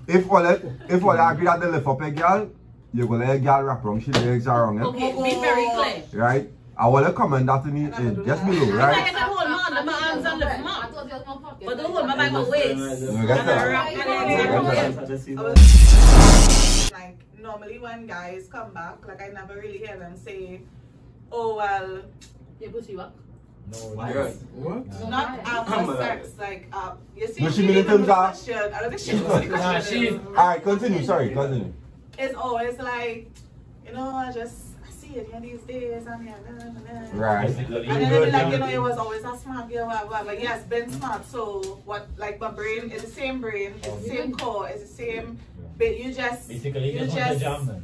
Speaker 8: If all if all agree that they lift up a girl, you're going to let a girl wrap around, she legs around it.
Speaker 5: Okay, be very clear.
Speaker 8: eh? Right? I want to comment that in the, in just below,
Speaker 5: I
Speaker 8: right?
Speaker 5: get the whole man, the man's on the man. But don't hold my back my waist.
Speaker 8: You get
Speaker 5: And I
Speaker 8: that?
Speaker 5: wrap and I
Speaker 8: Okay.
Speaker 5: wrap.
Speaker 7: like normally when guys come back, like I never really hear them say, "Oh well,
Speaker 4: Your pussy what?
Speaker 9: Right.
Speaker 10: What?
Speaker 7: not
Speaker 9: I'm
Speaker 7: after
Speaker 9: a-
Speaker 7: sex." Like, uh, you see,
Speaker 8: No, she
Speaker 7: she
Speaker 8: mean in
Speaker 7: even
Speaker 8: terms of-
Speaker 7: question. I don't think she knows the
Speaker 6: Nah,
Speaker 7: question.
Speaker 6: she-
Speaker 7: is.
Speaker 8: Alright, continue, sorry, continue.
Speaker 7: It's always like, you know, I just I see it here these days. I'm here. Nah, nah, nah.
Speaker 8: Right.
Speaker 7: And then they be like, you know, it was always a smart girl, blah, blah, but yes, been smart. So what, like my brain is the same brain, it's the same core, it's the same. But you just,
Speaker 6: Basically, you just want to jam
Speaker 7: to
Speaker 6: them.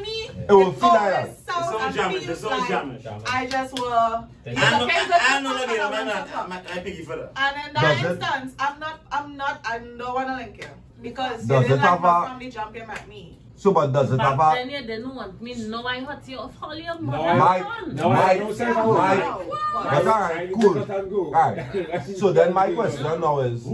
Speaker 7: me,
Speaker 8: It will feel like that.
Speaker 7: always sounds and
Speaker 9: jamming.
Speaker 7: feels
Speaker 9: It's all
Speaker 7: like
Speaker 9: jamming.
Speaker 7: I just were.
Speaker 6: Then
Speaker 9: I know,
Speaker 7: Okay, good.
Speaker 9: I know that girl, man. I, I, I pick you for that.
Speaker 7: And in
Speaker 8: Does
Speaker 7: that
Speaker 8: it-
Speaker 7: instance, I'm not, I'm not, I don't wanna link you because you
Speaker 8: Does
Speaker 7: didn't
Speaker 8: it
Speaker 7: like
Speaker 8: have
Speaker 7: my
Speaker 8: a-
Speaker 7: family jumping at me.
Speaker 8: So, but does it have
Speaker 5: Back
Speaker 8: a...
Speaker 5: then you didn't want me. Now I hurt you of all your
Speaker 1: No,
Speaker 5: mother.
Speaker 8: Mike,
Speaker 5: son.
Speaker 1: No, I don't say
Speaker 8: Mike,
Speaker 1: no.
Speaker 8: Mike. That's alright, cool. Alright.
Speaker 1: Alright.
Speaker 8: So then my question now is,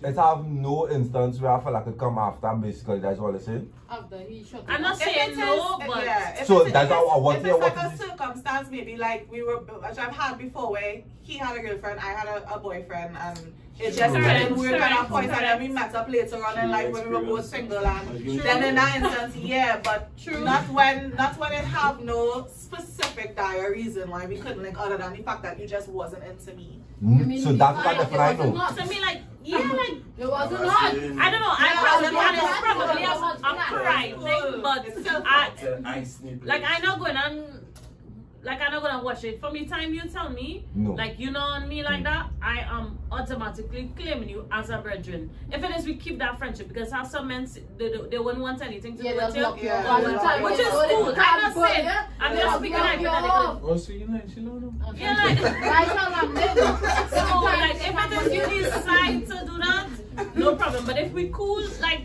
Speaker 8: let's have no instance where I feel like I could come after, basically, that's all I'm saying.
Speaker 4: After he shot.
Speaker 5: I'm not
Speaker 7: If it
Speaker 5: saying
Speaker 7: is-
Speaker 5: no, but
Speaker 7: yeah, if
Speaker 8: So
Speaker 7: it's-
Speaker 8: that's
Speaker 7: if
Speaker 8: how I
Speaker 7: it's-
Speaker 8: want
Speaker 7: If
Speaker 8: to hear
Speaker 7: it's like
Speaker 8: what
Speaker 7: a circumstance, maybe like we were, which I've had before, where he had a girlfriend, I had a, a boyfriend, and it just
Speaker 5: Correct,
Speaker 7: and we were kind of
Speaker 5: correct,
Speaker 7: point, and then we met up later on, and like when we were both single, and then in that instance, yeah, but
Speaker 4: True.
Speaker 7: not when, not when it have no specific dire reason why we couldn't link, other than the fact that you just wasn't into me.
Speaker 8: Hmm, So that's what the fly know.
Speaker 5: to me like yeah, like
Speaker 4: It wasn't hot.
Speaker 5: I don't know. I
Speaker 7: Yeah,
Speaker 5: probably
Speaker 7: I
Speaker 5: had
Speaker 7: don't
Speaker 5: it probably
Speaker 4: know.
Speaker 5: a, a pride thing, but
Speaker 7: It's so
Speaker 5: I
Speaker 9: Ice
Speaker 5: like I'm not going on like I'm not gonna watch it. From the time you tell me,
Speaker 8: No.
Speaker 5: like you know on me
Speaker 6: Hmm.
Speaker 5: like that, I am automatically claiming you as a brethren. If it is, we keep that friendship because how some men s- they, they, they won't want anything to
Speaker 4: Yeah,
Speaker 5: do
Speaker 4: they'll
Speaker 5: with you,
Speaker 4: block you
Speaker 5: or
Speaker 4: off.
Speaker 5: will
Speaker 4: They'll
Speaker 5: tell-
Speaker 4: block
Speaker 5: which
Speaker 4: you
Speaker 5: is
Speaker 4: off.
Speaker 5: cool. I'm not
Speaker 4: They'll
Speaker 5: saying
Speaker 4: block
Speaker 5: I'm
Speaker 4: you
Speaker 5: just
Speaker 4: off.
Speaker 5: speaking
Speaker 4: They'll block you off.
Speaker 5: hypothetically.
Speaker 1: Oh, so you like chill out. now?
Speaker 5: Yeah, like
Speaker 4: Right now, I'm dead.
Speaker 5: So, like, if it is you decide to do that, no problem. But if we cool, like,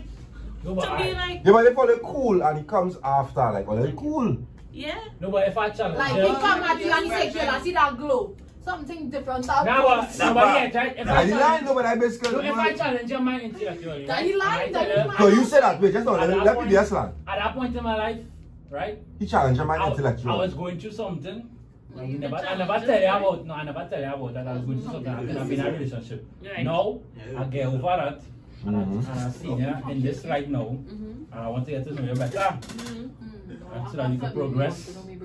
Speaker 6: No, but
Speaker 5: to be
Speaker 6: I,
Speaker 5: like,
Speaker 8: Yeah, but if all they cool and it comes after, like, all they cool.
Speaker 5: yeah.
Speaker 6: no, but if I challenge
Speaker 4: Like,
Speaker 6: her-
Speaker 4: he come at you and he say, girl, I see that glow. Something different. That
Speaker 6: Now,
Speaker 4: glow.
Speaker 6: uh, now, but yeah, try- if
Speaker 8: I
Speaker 6: I
Speaker 8: didn't lie,
Speaker 6: challenge,
Speaker 8: no, but I basically.
Speaker 6: no, if I challenge your mind intellectually,
Speaker 4: That
Speaker 6: right?
Speaker 4: he lied,
Speaker 6: And I
Speaker 4: that he
Speaker 6: tell her,
Speaker 4: lied.
Speaker 8: So you said that, wait, just now,
Speaker 6: At
Speaker 8: let,
Speaker 6: that
Speaker 8: let me
Speaker 6: point-
Speaker 8: be a slang.
Speaker 6: At that point in my life, right?
Speaker 8: He challenged my
Speaker 6: I,
Speaker 8: intellectual.
Speaker 6: I was going through something. I
Speaker 5: you
Speaker 6: never,
Speaker 5: can
Speaker 6: I never
Speaker 5: challenge
Speaker 6: tell you
Speaker 5: her,
Speaker 6: about no, I never tell you about that I was going through something. I could have been in a relationship.
Speaker 5: Right.
Speaker 6: Now I get over that and,
Speaker 8: Mhm.
Speaker 6: I, and I see you in this right now.
Speaker 5: Mm-hmm.
Speaker 6: And I want to get to know you better. And so that you can progress
Speaker 7: And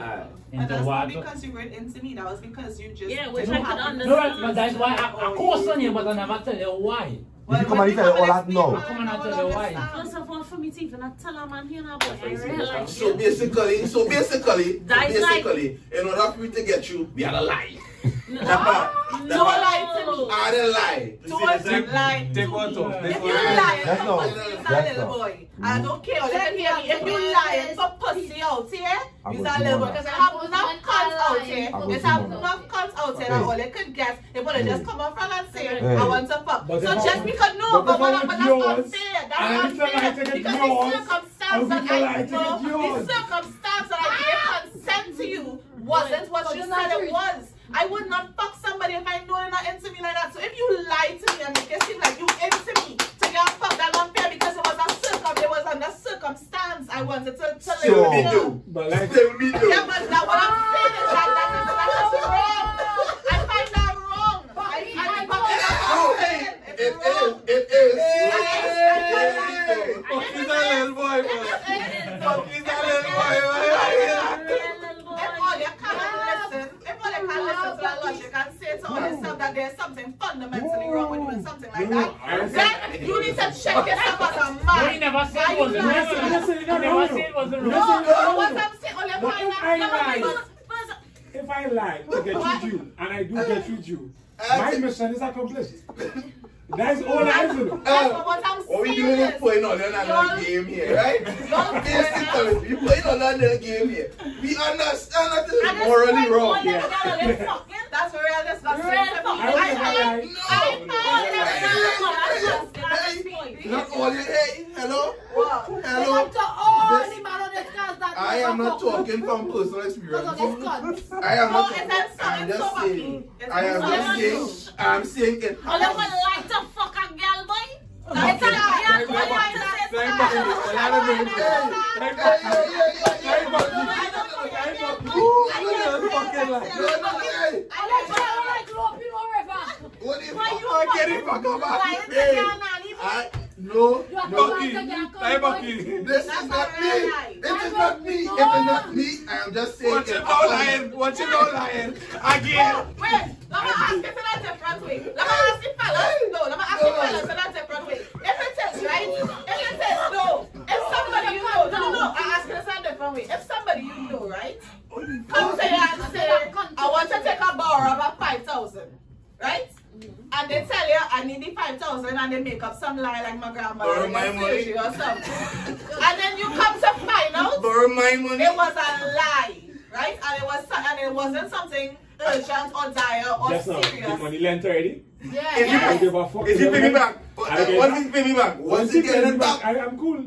Speaker 6: into
Speaker 7: that's
Speaker 6: what
Speaker 7: not because you ran into me. That was because you just.
Speaker 5: Yeah, which
Speaker 7: didn't
Speaker 5: I could
Speaker 7: have-
Speaker 5: understand.
Speaker 6: No, right, but that's why I, I course on you, but I never tell you why.
Speaker 8: If you come and tell you all that now,
Speaker 6: Come on and tell you why.
Speaker 5: First of all, for me to even not tell a man here now, boy, I realize
Speaker 2: So basically, so basically,
Speaker 5: That's like-
Speaker 2: basically, in order for me to get you, we had a lie.
Speaker 7: No lie to me.
Speaker 2: I didn't lie.
Speaker 7: Don't you lie to
Speaker 10: Take one
Speaker 7: me.
Speaker 10: off.
Speaker 7: If
Speaker 10: Take
Speaker 7: you
Speaker 10: one
Speaker 7: lie,
Speaker 8: That's
Speaker 7: I'm
Speaker 8: not-
Speaker 7: gonna say it's
Speaker 8: that's
Speaker 7: a little
Speaker 8: not.
Speaker 7: boy. I
Speaker 8: Mhm.
Speaker 7: don't care. Let
Speaker 4: Send
Speaker 7: me
Speaker 4: me a
Speaker 7: if you
Speaker 4: divorce.
Speaker 7: lie, it's for pussy out here.
Speaker 8: I'm
Speaker 7: You're
Speaker 8: with
Speaker 7: a
Speaker 8: you on
Speaker 7: little boy.
Speaker 8: that.
Speaker 7: Because I have enough cunts out here.
Speaker 8: I'm
Speaker 7: It's
Speaker 8: with
Speaker 7: have
Speaker 8: you on that.
Speaker 7: enough cunts out here.
Speaker 8: Hey.
Speaker 7: All they could get, they wanna just come up front and say,
Speaker 8: Hey.
Speaker 7: I want to fuck. So
Speaker 1: But if I-
Speaker 7: just because no,
Speaker 1: but
Speaker 7: but
Speaker 1: if
Speaker 7: what
Speaker 1: I
Speaker 7: but
Speaker 1: want
Speaker 7: that's
Speaker 1: yours,
Speaker 7: unfair.
Speaker 1: and I
Speaker 7: That's
Speaker 1: feel like I
Speaker 7: unfair.
Speaker 1: take it
Speaker 7: Because the
Speaker 1: yours,
Speaker 7: circumstance
Speaker 1: I
Speaker 7: that
Speaker 1: feel like I
Speaker 7: I
Speaker 1: take
Speaker 7: know,
Speaker 1: it yours.
Speaker 7: the circumstance that I gave consent to you wasn't what
Speaker 4: So
Speaker 7: you
Speaker 4: you're
Speaker 7: said
Speaker 4: not
Speaker 7: it
Speaker 4: rich.
Speaker 7: was. I would not fuck somebody if I know they're not into me like that. So if you lie to me and make it seem like you into me to get fucked, that's unfair because it was a circum, it was under circumstance I wanted to, to
Speaker 8: Sure.
Speaker 7: live
Speaker 2: Me
Speaker 7: with you.
Speaker 2: do.
Speaker 1: But like,
Speaker 2: Still me do.
Speaker 7: Yeah, but that what I'm saying is that that is that is wrong. I find that wrong. I, I, I,
Speaker 2: Oh,
Speaker 7: I,
Speaker 2: hey,
Speaker 7: I,
Speaker 2: it is, it is.
Speaker 10: Fuck is that little boy, man? Fuck is that little boy, man?
Speaker 7: If all you can't listen, if all you can't listen to that logic and say to all yourself that there's something fundamentally wrong with you and something like that, then you need to check yourself as a
Speaker 6: No, he
Speaker 7: man.
Speaker 6: never said
Speaker 7: Why
Speaker 6: it
Speaker 7: you
Speaker 6: wasn't
Speaker 7: lying?
Speaker 6: wrong. He never said it wasn't
Speaker 7: No,
Speaker 6: wrong.
Speaker 7: what I'm saying, all you
Speaker 1: But
Speaker 7: find
Speaker 1: if
Speaker 7: out-
Speaker 1: I
Speaker 7: no, but
Speaker 1: lie-
Speaker 2: Oh.
Speaker 7: you-
Speaker 5: first,
Speaker 1: if I lie to get with you, and I do get with you, my mission is accomplished. That's all I have to do.
Speaker 7: that's not what I'm
Speaker 2: What we doing is
Speaker 7: saying.
Speaker 2: playing on another game here, right? Basically, we playing on another game here. We understand that this
Speaker 7: And
Speaker 2: is
Speaker 7: it's
Speaker 2: morally
Speaker 7: quite
Speaker 2: wrong.
Speaker 7: one level down and it's fucking- That's real. That's not real.
Speaker 5: Real
Speaker 7: I
Speaker 5: fucking-
Speaker 1: I don't think
Speaker 7: I-
Speaker 1: I lie.
Speaker 2: Not all you hey, hello?
Speaker 7: What?
Speaker 2: Hello?
Speaker 4: to all
Speaker 2: This-
Speaker 4: the man on this cast that
Speaker 2: I am not talking from personal
Speaker 4: Because of
Speaker 2: experience.
Speaker 4: this cunt.
Speaker 2: I am
Speaker 7: No,
Speaker 2: not
Speaker 7: it's not so-
Speaker 2: I'm
Speaker 7: it's
Speaker 2: just
Speaker 7: so
Speaker 2: saying.
Speaker 7: bad.
Speaker 2: I am
Speaker 7: It's
Speaker 2: just
Speaker 7: not
Speaker 2: saying. I'm saying it.
Speaker 5: all you would like to fuck a girl, boy?
Speaker 7: It's a lie.
Speaker 5: All you like to say is
Speaker 10: Like, fuck
Speaker 5: fuck a girl.
Speaker 10: is that little boy, man? Like, fuck is that little fucking lie?
Speaker 4: I like love, you know, river.
Speaker 2: I no
Speaker 4: You are
Speaker 2: no
Speaker 4: to
Speaker 10: Bucky,
Speaker 4: get a
Speaker 10: hey,
Speaker 4: cunt,
Speaker 10: Bucky.
Speaker 4: boy.
Speaker 2: this is not me. This is not me. If it's not me, I am just saying
Speaker 10: Watch
Speaker 2: it.
Speaker 10: it, no lying. Watch it, no lying. Again.
Speaker 7: If somebody you know, right? Come to you and say, I want to take a borrow about 5,000, right?
Speaker 2: Mm-hmm.
Speaker 7: And they tell you, I need the 5,000, and they make up some lie like my grandma
Speaker 2: Borrow
Speaker 7: and
Speaker 2: my
Speaker 7: they
Speaker 2: money.
Speaker 7: say she or something. and then you come to find out
Speaker 2: Borrow my money.
Speaker 7: it was a lie, right? And it was and it wasn't something urgent or dire or
Speaker 1: Just now, the
Speaker 7: serious.
Speaker 1: money lent already.
Speaker 4: Yeah,
Speaker 2: If you-
Speaker 1: I don't
Speaker 4: yeah.
Speaker 1: give a fuck.
Speaker 2: Is he pay me back?
Speaker 1: Okay.
Speaker 2: Once he pay me back,
Speaker 1: Once
Speaker 2: once
Speaker 1: he
Speaker 2: he
Speaker 1: gets
Speaker 2: get
Speaker 1: it
Speaker 2: it back,
Speaker 1: I am cool.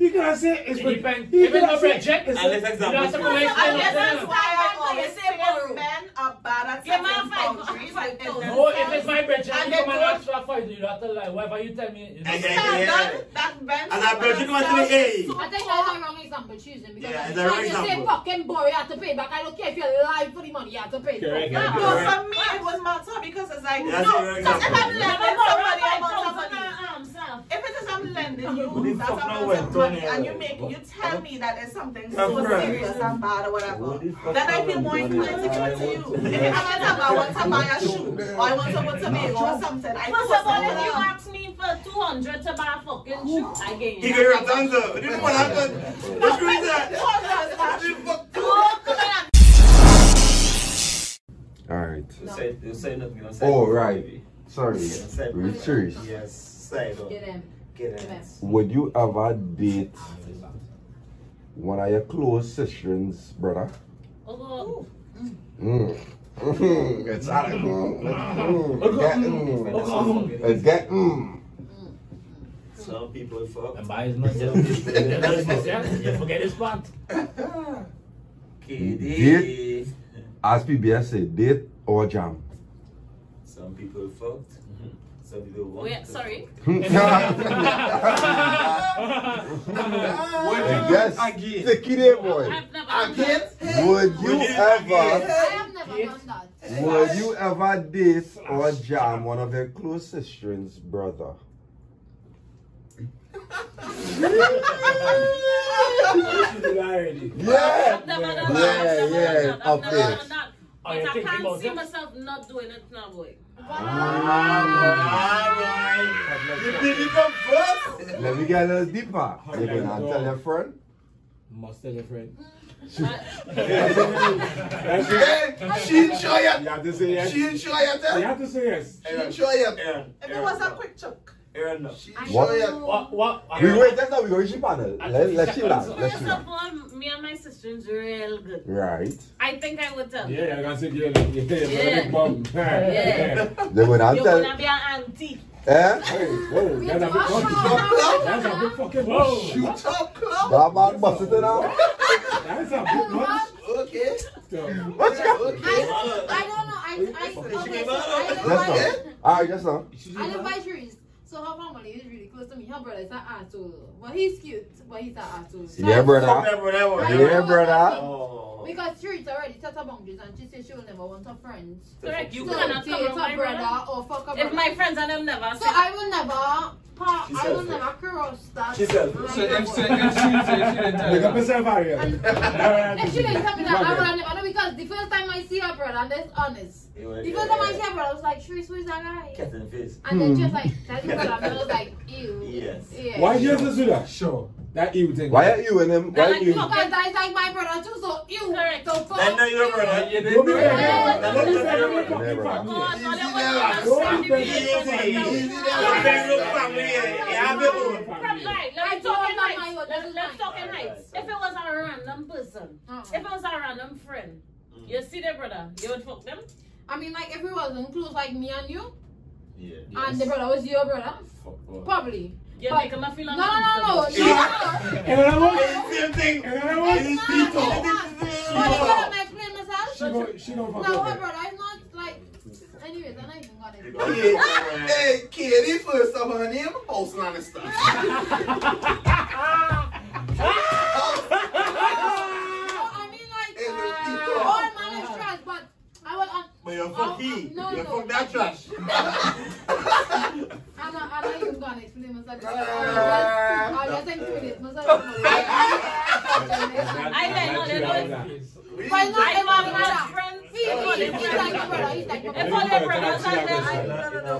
Speaker 1: He can say it's
Speaker 6: It
Speaker 1: for-
Speaker 6: depends.
Speaker 1: he
Speaker 6: If it's
Speaker 1: cannot
Speaker 6: not
Speaker 1: say
Speaker 6: reject,
Speaker 1: it's-
Speaker 9: Alex
Speaker 6: You
Speaker 9: example.
Speaker 6: don't have to go
Speaker 9: is-
Speaker 6: like
Speaker 7: And
Speaker 6: that.
Speaker 7: yes, that's why I always
Speaker 5: Say
Speaker 7: say
Speaker 5: borrow.
Speaker 7: men are bad at
Speaker 5: Give me
Speaker 7: setting
Speaker 5: a five.
Speaker 7: boundaries.
Speaker 5: Five
Speaker 7: and
Speaker 5: thousand.
Speaker 9: Oh,
Speaker 6: No, Oh, if it's my brethren,
Speaker 7: And
Speaker 6: you
Speaker 7: they
Speaker 6: come and
Speaker 7: go-
Speaker 6: ask for it, you don't have to lie. Whatever you tell me, you know.
Speaker 9: And they-
Speaker 7: standard that men
Speaker 9: And I bet you come and tell me, hey.
Speaker 4: I think that's the wrong example choosing because
Speaker 9: Yeah,
Speaker 4: if
Speaker 9: it's the wrong
Speaker 4: you say
Speaker 9: example.
Speaker 4: fucking boy, you have to pay back. I don't care if you're alive for the money, you have to pay.
Speaker 1: Correct,
Speaker 7: No,
Speaker 1: correct, correct.
Speaker 7: for me it was matter because it's like
Speaker 9: That's the
Speaker 7: no,
Speaker 9: right
Speaker 7: because if
Speaker 9: example.
Speaker 7: I'm lending somebody I want money. If it is I'm lending you
Speaker 9: fuck
Speaker 7: that
Speaker 9: now
Speaker 7: amount
Speaker 9: we're
Speaker 7: of
Speaker 9: done
Speaker 7: money
Speaker 9: here?
Speaker 7: and you make you tell me that there's something
Speaker 9: Come
Speaker 7: so
Speaker 9: on.
Speaker 7: serious and bad or
Speaker 9: What the
Speaker 7: whatever,
Speaker 9: fuck
Speaker 7: then I
Speaker 9: now
Speaker 7: feel
Speaker 9: we're
Speaker 7: more
Speaker 9: done
Speaker 7: inclined to
Speaker 9: here?
Speaker 7: give it to you. If you have a tab, I want to buy a shoe or I want to go to Big or something. I
Speaker 5: First
Speaker 7: post
Speaker 5: of all, if you
Speaker 7: it.
Speaker 5: ask me for 200 to buy a fucking shoe, I get
Speaker 9: He
Speaker 5: you.
Speaker 9: gave you a thumbs up. This is what happened. Which reason?
Speaker 7: What does that
Speaker 9: This fuck-
Speaker 7: do? Come on.
Speaker 8: Alright.
Speaker 11: You say, you say nothing. You
Speaker 8: Oh, right. Sorry.
Speaker 11: Say-
Speaker 8: Richard,
Speaker 11: Yes, say it. Get
Speaker 4: in.
Speaker 11: Get in.
Speaker 8: would you ever date one of your close sisters, brother?
Speaker 5: Although,
Speaker 8: Mm. Mm. It's out of mm. It's getting. It's getting.
Speaker 11: Some people fuck.
Speaker 6: And by his not You forget his part.
Speaker 8: Date, as PBS said, date or jam.
Speaker 11: Some people fucked. Some people want.
Speaker 5: wait, sorry.
Speaker 8: Yes. Take it boy.
Speaker 2: Again?
Speaker 8: Would you ever?
Speaker 4: I have never done that.
Speaker 8: Would you ever date or jam one of your close sisters, brother? Yeah,
Speaker 5: I've never done that.
Speaker 8: yeah, yeah. Up
Speaker 5: I've never
Speaker 8: there.
Speaker 5: done that.
Speaker 6: Oh,
Speaker 5: But
Speaker 6: you
Speaker 5: I
Speaker 6: think
Speaker 5: can't
Speaker 6: about
Speaker 5: see
Speaker 6: that?
Speaker 5: myself not doing it now, boy.
Speaker 8: Ah. Let me get a little deeper. You can not tell your friend.
Speaker 6: Must tell your friend.
Speaker 2: She show you.
Speaker 1: You have to say yes.
Speaker 2: She show you.
Speaker 1: You
Speaker 2: tell.
Speaker 1: have to say yes.
Speaker 2: She show you.
Speaker 11: Aaron,
Speaker 7: If it
Speaker 11: Aaron,
Speaker 7: was a
Speaker 11: no.
Speaker 7: quick chuck.
Speaker 11: Aaron, no.
Speaker 2: She
Speaker 4: I
Speaker 2: show
Speaker 4: know.
Speaker 2: you.
Speaker 6: What? What?
Speaker 8: We wait, that's not we go issue panel. Let let chill out. Let
Speaker 5: First
Speaker 8: chill out.
Speaker 5: of all, me and my sister's real good.
Speaker 8: Right.
Speaker 5: I think I would tell.
Speaker 1: Yeah, I can say yeah, like, yeah,
Speaker 5: Yeah.
Speaker 1: big bum.
Speaker 5: Yeah.
Speaker 8: They would not
Speaker 5: You're gonna
Speaker 8: tell.
Speaker 5: be an auntie.
Speaker 8: Eh?
Speaker 1: Hey, whoa,
Speaker 4: We
Speaker 1: that's a
Speaker 4: do
Speaker 1: big
Speaker 4: our
Speaker 1: bum.
Speaker 4: show.
Speaker 1: That's a big fucking
Speaker 6: Whoa.
Speaker 1: bum.
Speaker 2: Top
Speaker 8: That
Speaker 2: club.
Speaker 8: man bust it out.
Speaker 1: That's a big bum.
Speaker 2: Okay.
Speaker 1: So,
Speaker 8: What's up?
Speaker 4: I, I don't know. I, I, okay, so
Speaker 8: That's
Speaker 4: I live
Speaker 8: not. Alright, that's not.
Speaker 4: by, I live by trees. So her family is really close to me. Her brother is an asshole. But he's cute, but he's an asshole. So
Speaker 8: Yeah,
Speaker 11: Fuck
Speaker 8: brother.
Speaker 11: that, bro, that one.
Speaker 4: I-
Speaker 8: Yeah, brother.
Speaker 11: Oh.
Speaker 4: Because Street already set her boundaries and she says she will never want her friends.
Speaker 5: Correct. You
Speaker 4: so
Speaker 5: cannot
Speaker 4: date
Speaker 5: come around my
Speaker 4: her
Speaker 5: brother.
Speaker 4: brother or fuck her
Speaker 5: If
Speaker 4: brother.
Speaker 5: my friends and them never
Speaker 4: So
Speaker 5: say,
Speaker 4: I will never, pa,
Speaker 11: She
Speaker 4: I will
Speaker 11: selfish.
Speaker 4: never cross that.
Speaker 11: She selfish.
Speaker 10: So if say if she say she didn't tell
Speaker 1: Make up
Speaker 10: you.
Speaker 1: yourself, Ariel. Alright.
Speaker 4: And she didn't tell me that. I
Speaker 1: Margaret.
Speaker 4: would have never know because the first time I see her brother, and that's honest.
Speaker 11: You were-
Speaker 4: The first time I see her brother, I was like, Sharice, who is that guy?
Speaker 11: Cat and face.
Speaker 4: And then she was like, that's your brother. And I was like, ew.
Speaker 11: Hmm. Yes.
Speaker 4: Yeah.
Speaker 1: Why you have to do that? Sure. That you thing.
Speaker 8: Why are you in him? Why are
Speaker 5: Like,
Speaker 8: you?
Speaker 5: fuck
Speaker 4: Because that is like my brother too, so ew.
Speaker 5: Correct.
Speaker 4: So fuck.
Speaker 11: I know your
Speaker 4: you.
Speaker 11: brother.
Speaker 10: You
Speaker 1: Don't be
Speaker 10: didn't.
Speaker 1: like
Speaker 4: Yeah.
Speaker 1: that. Don't be
Speaker 11: Yeah.
Speaker 1: like that.
Speaker 5: "Oh, I
Speaker 1: Fuck me.
Speaker 5: thought
Speaker 2: Easy
Speaker 5: that
Speaker 1: there.
Speaker 5: was an
Speaker 1: Go on,
Speaker 5: auntie."
Speaker 1: baby.
Speaker 5: Easy
Speaker 2: Easy
Speaker 5: there.
Speaker 2: there.
Speaker 11: Your bedroom family, eh, you have your own.
Speaker 5: From like, let me
Speaker 4: I
Speaker 5: talk in
Speaker 4: don't mind
Speaker 5: heights.
Speaker 4: what
Speaker 5: Let's,
Speaker 4: you
Speaker 5: let's
Speaker 4: like.
Speaker 5: talk in
Speaker 11: Alright,
Speaker 5: heights.
Speaker 11: sorry.
Speaker 5: If it was a random person,
Speaker 4: Uh-uh.
Speaker 5: if it was a random friend, you see their brother, you would fuck them.
Speaker 4: I mean, like, if we wasn't close like me and you,
Speaker 11: Yeah.
Speaker 4: and the brother was your brother,
Speaker 11: Fuck, bro.
Speaker 4: probably.
Speaker 5: You
Speaker 4: But-
Speaker 5: make them feel
Speaker 4: No, no, no, no, no,
Speaker 5: uncomfortable.
Speaker 4: no. no.
Speaker 1: And another one.
Speaker 11: Same thing.
Speaker 1: Another
Speaker 4: It's
Speaker 1: one.
Speaker 4: not, it's not. But you gotta explain myself.
Speaker 1: She gon' she gon' fuck
Speaker 4: No, her
Speaker 1: up.
Speaker 4: brother is not like. Anyways, I'm not even gonna explain.
Speaker 11: Yeah.
Speaker 2: Hey, Katie, first of her name, post on the stuff.
Speaker 4: No, I mean like
Speaker 2: Hey, look,
Speaker 4: uh,
Speaker 2: people.
Speaker 4: all man is trash, but I will. Uh,
Speaker 11: But you're
Speaker 4: Oh,
Speaker 11: fuck he.
Speaker 4: no,
Speaker 11: You're
Speaker 4: no.
Speaker 11: fuck that trash.
Speaker 4: I'm not. I'm not even gonna explain myself.
Speaker 2: Ah.
Speaker 4: I'll just intimidate myself. But
Speaker 5: I like no, they don't.
Speaker 4: not
Speaker 5: I
Speaker 4: every
Speaker 5: love my
Speaker 4: brother.
Speaker 5: friends.
Speaker 4: He, he, he's like your brother. He's like your
Speaker 5: If
Speaker 4: brother.
Speaker 5: all their brothers are
Speaker 11: No,
Speaker 5: there,
Speaker 11: no, no,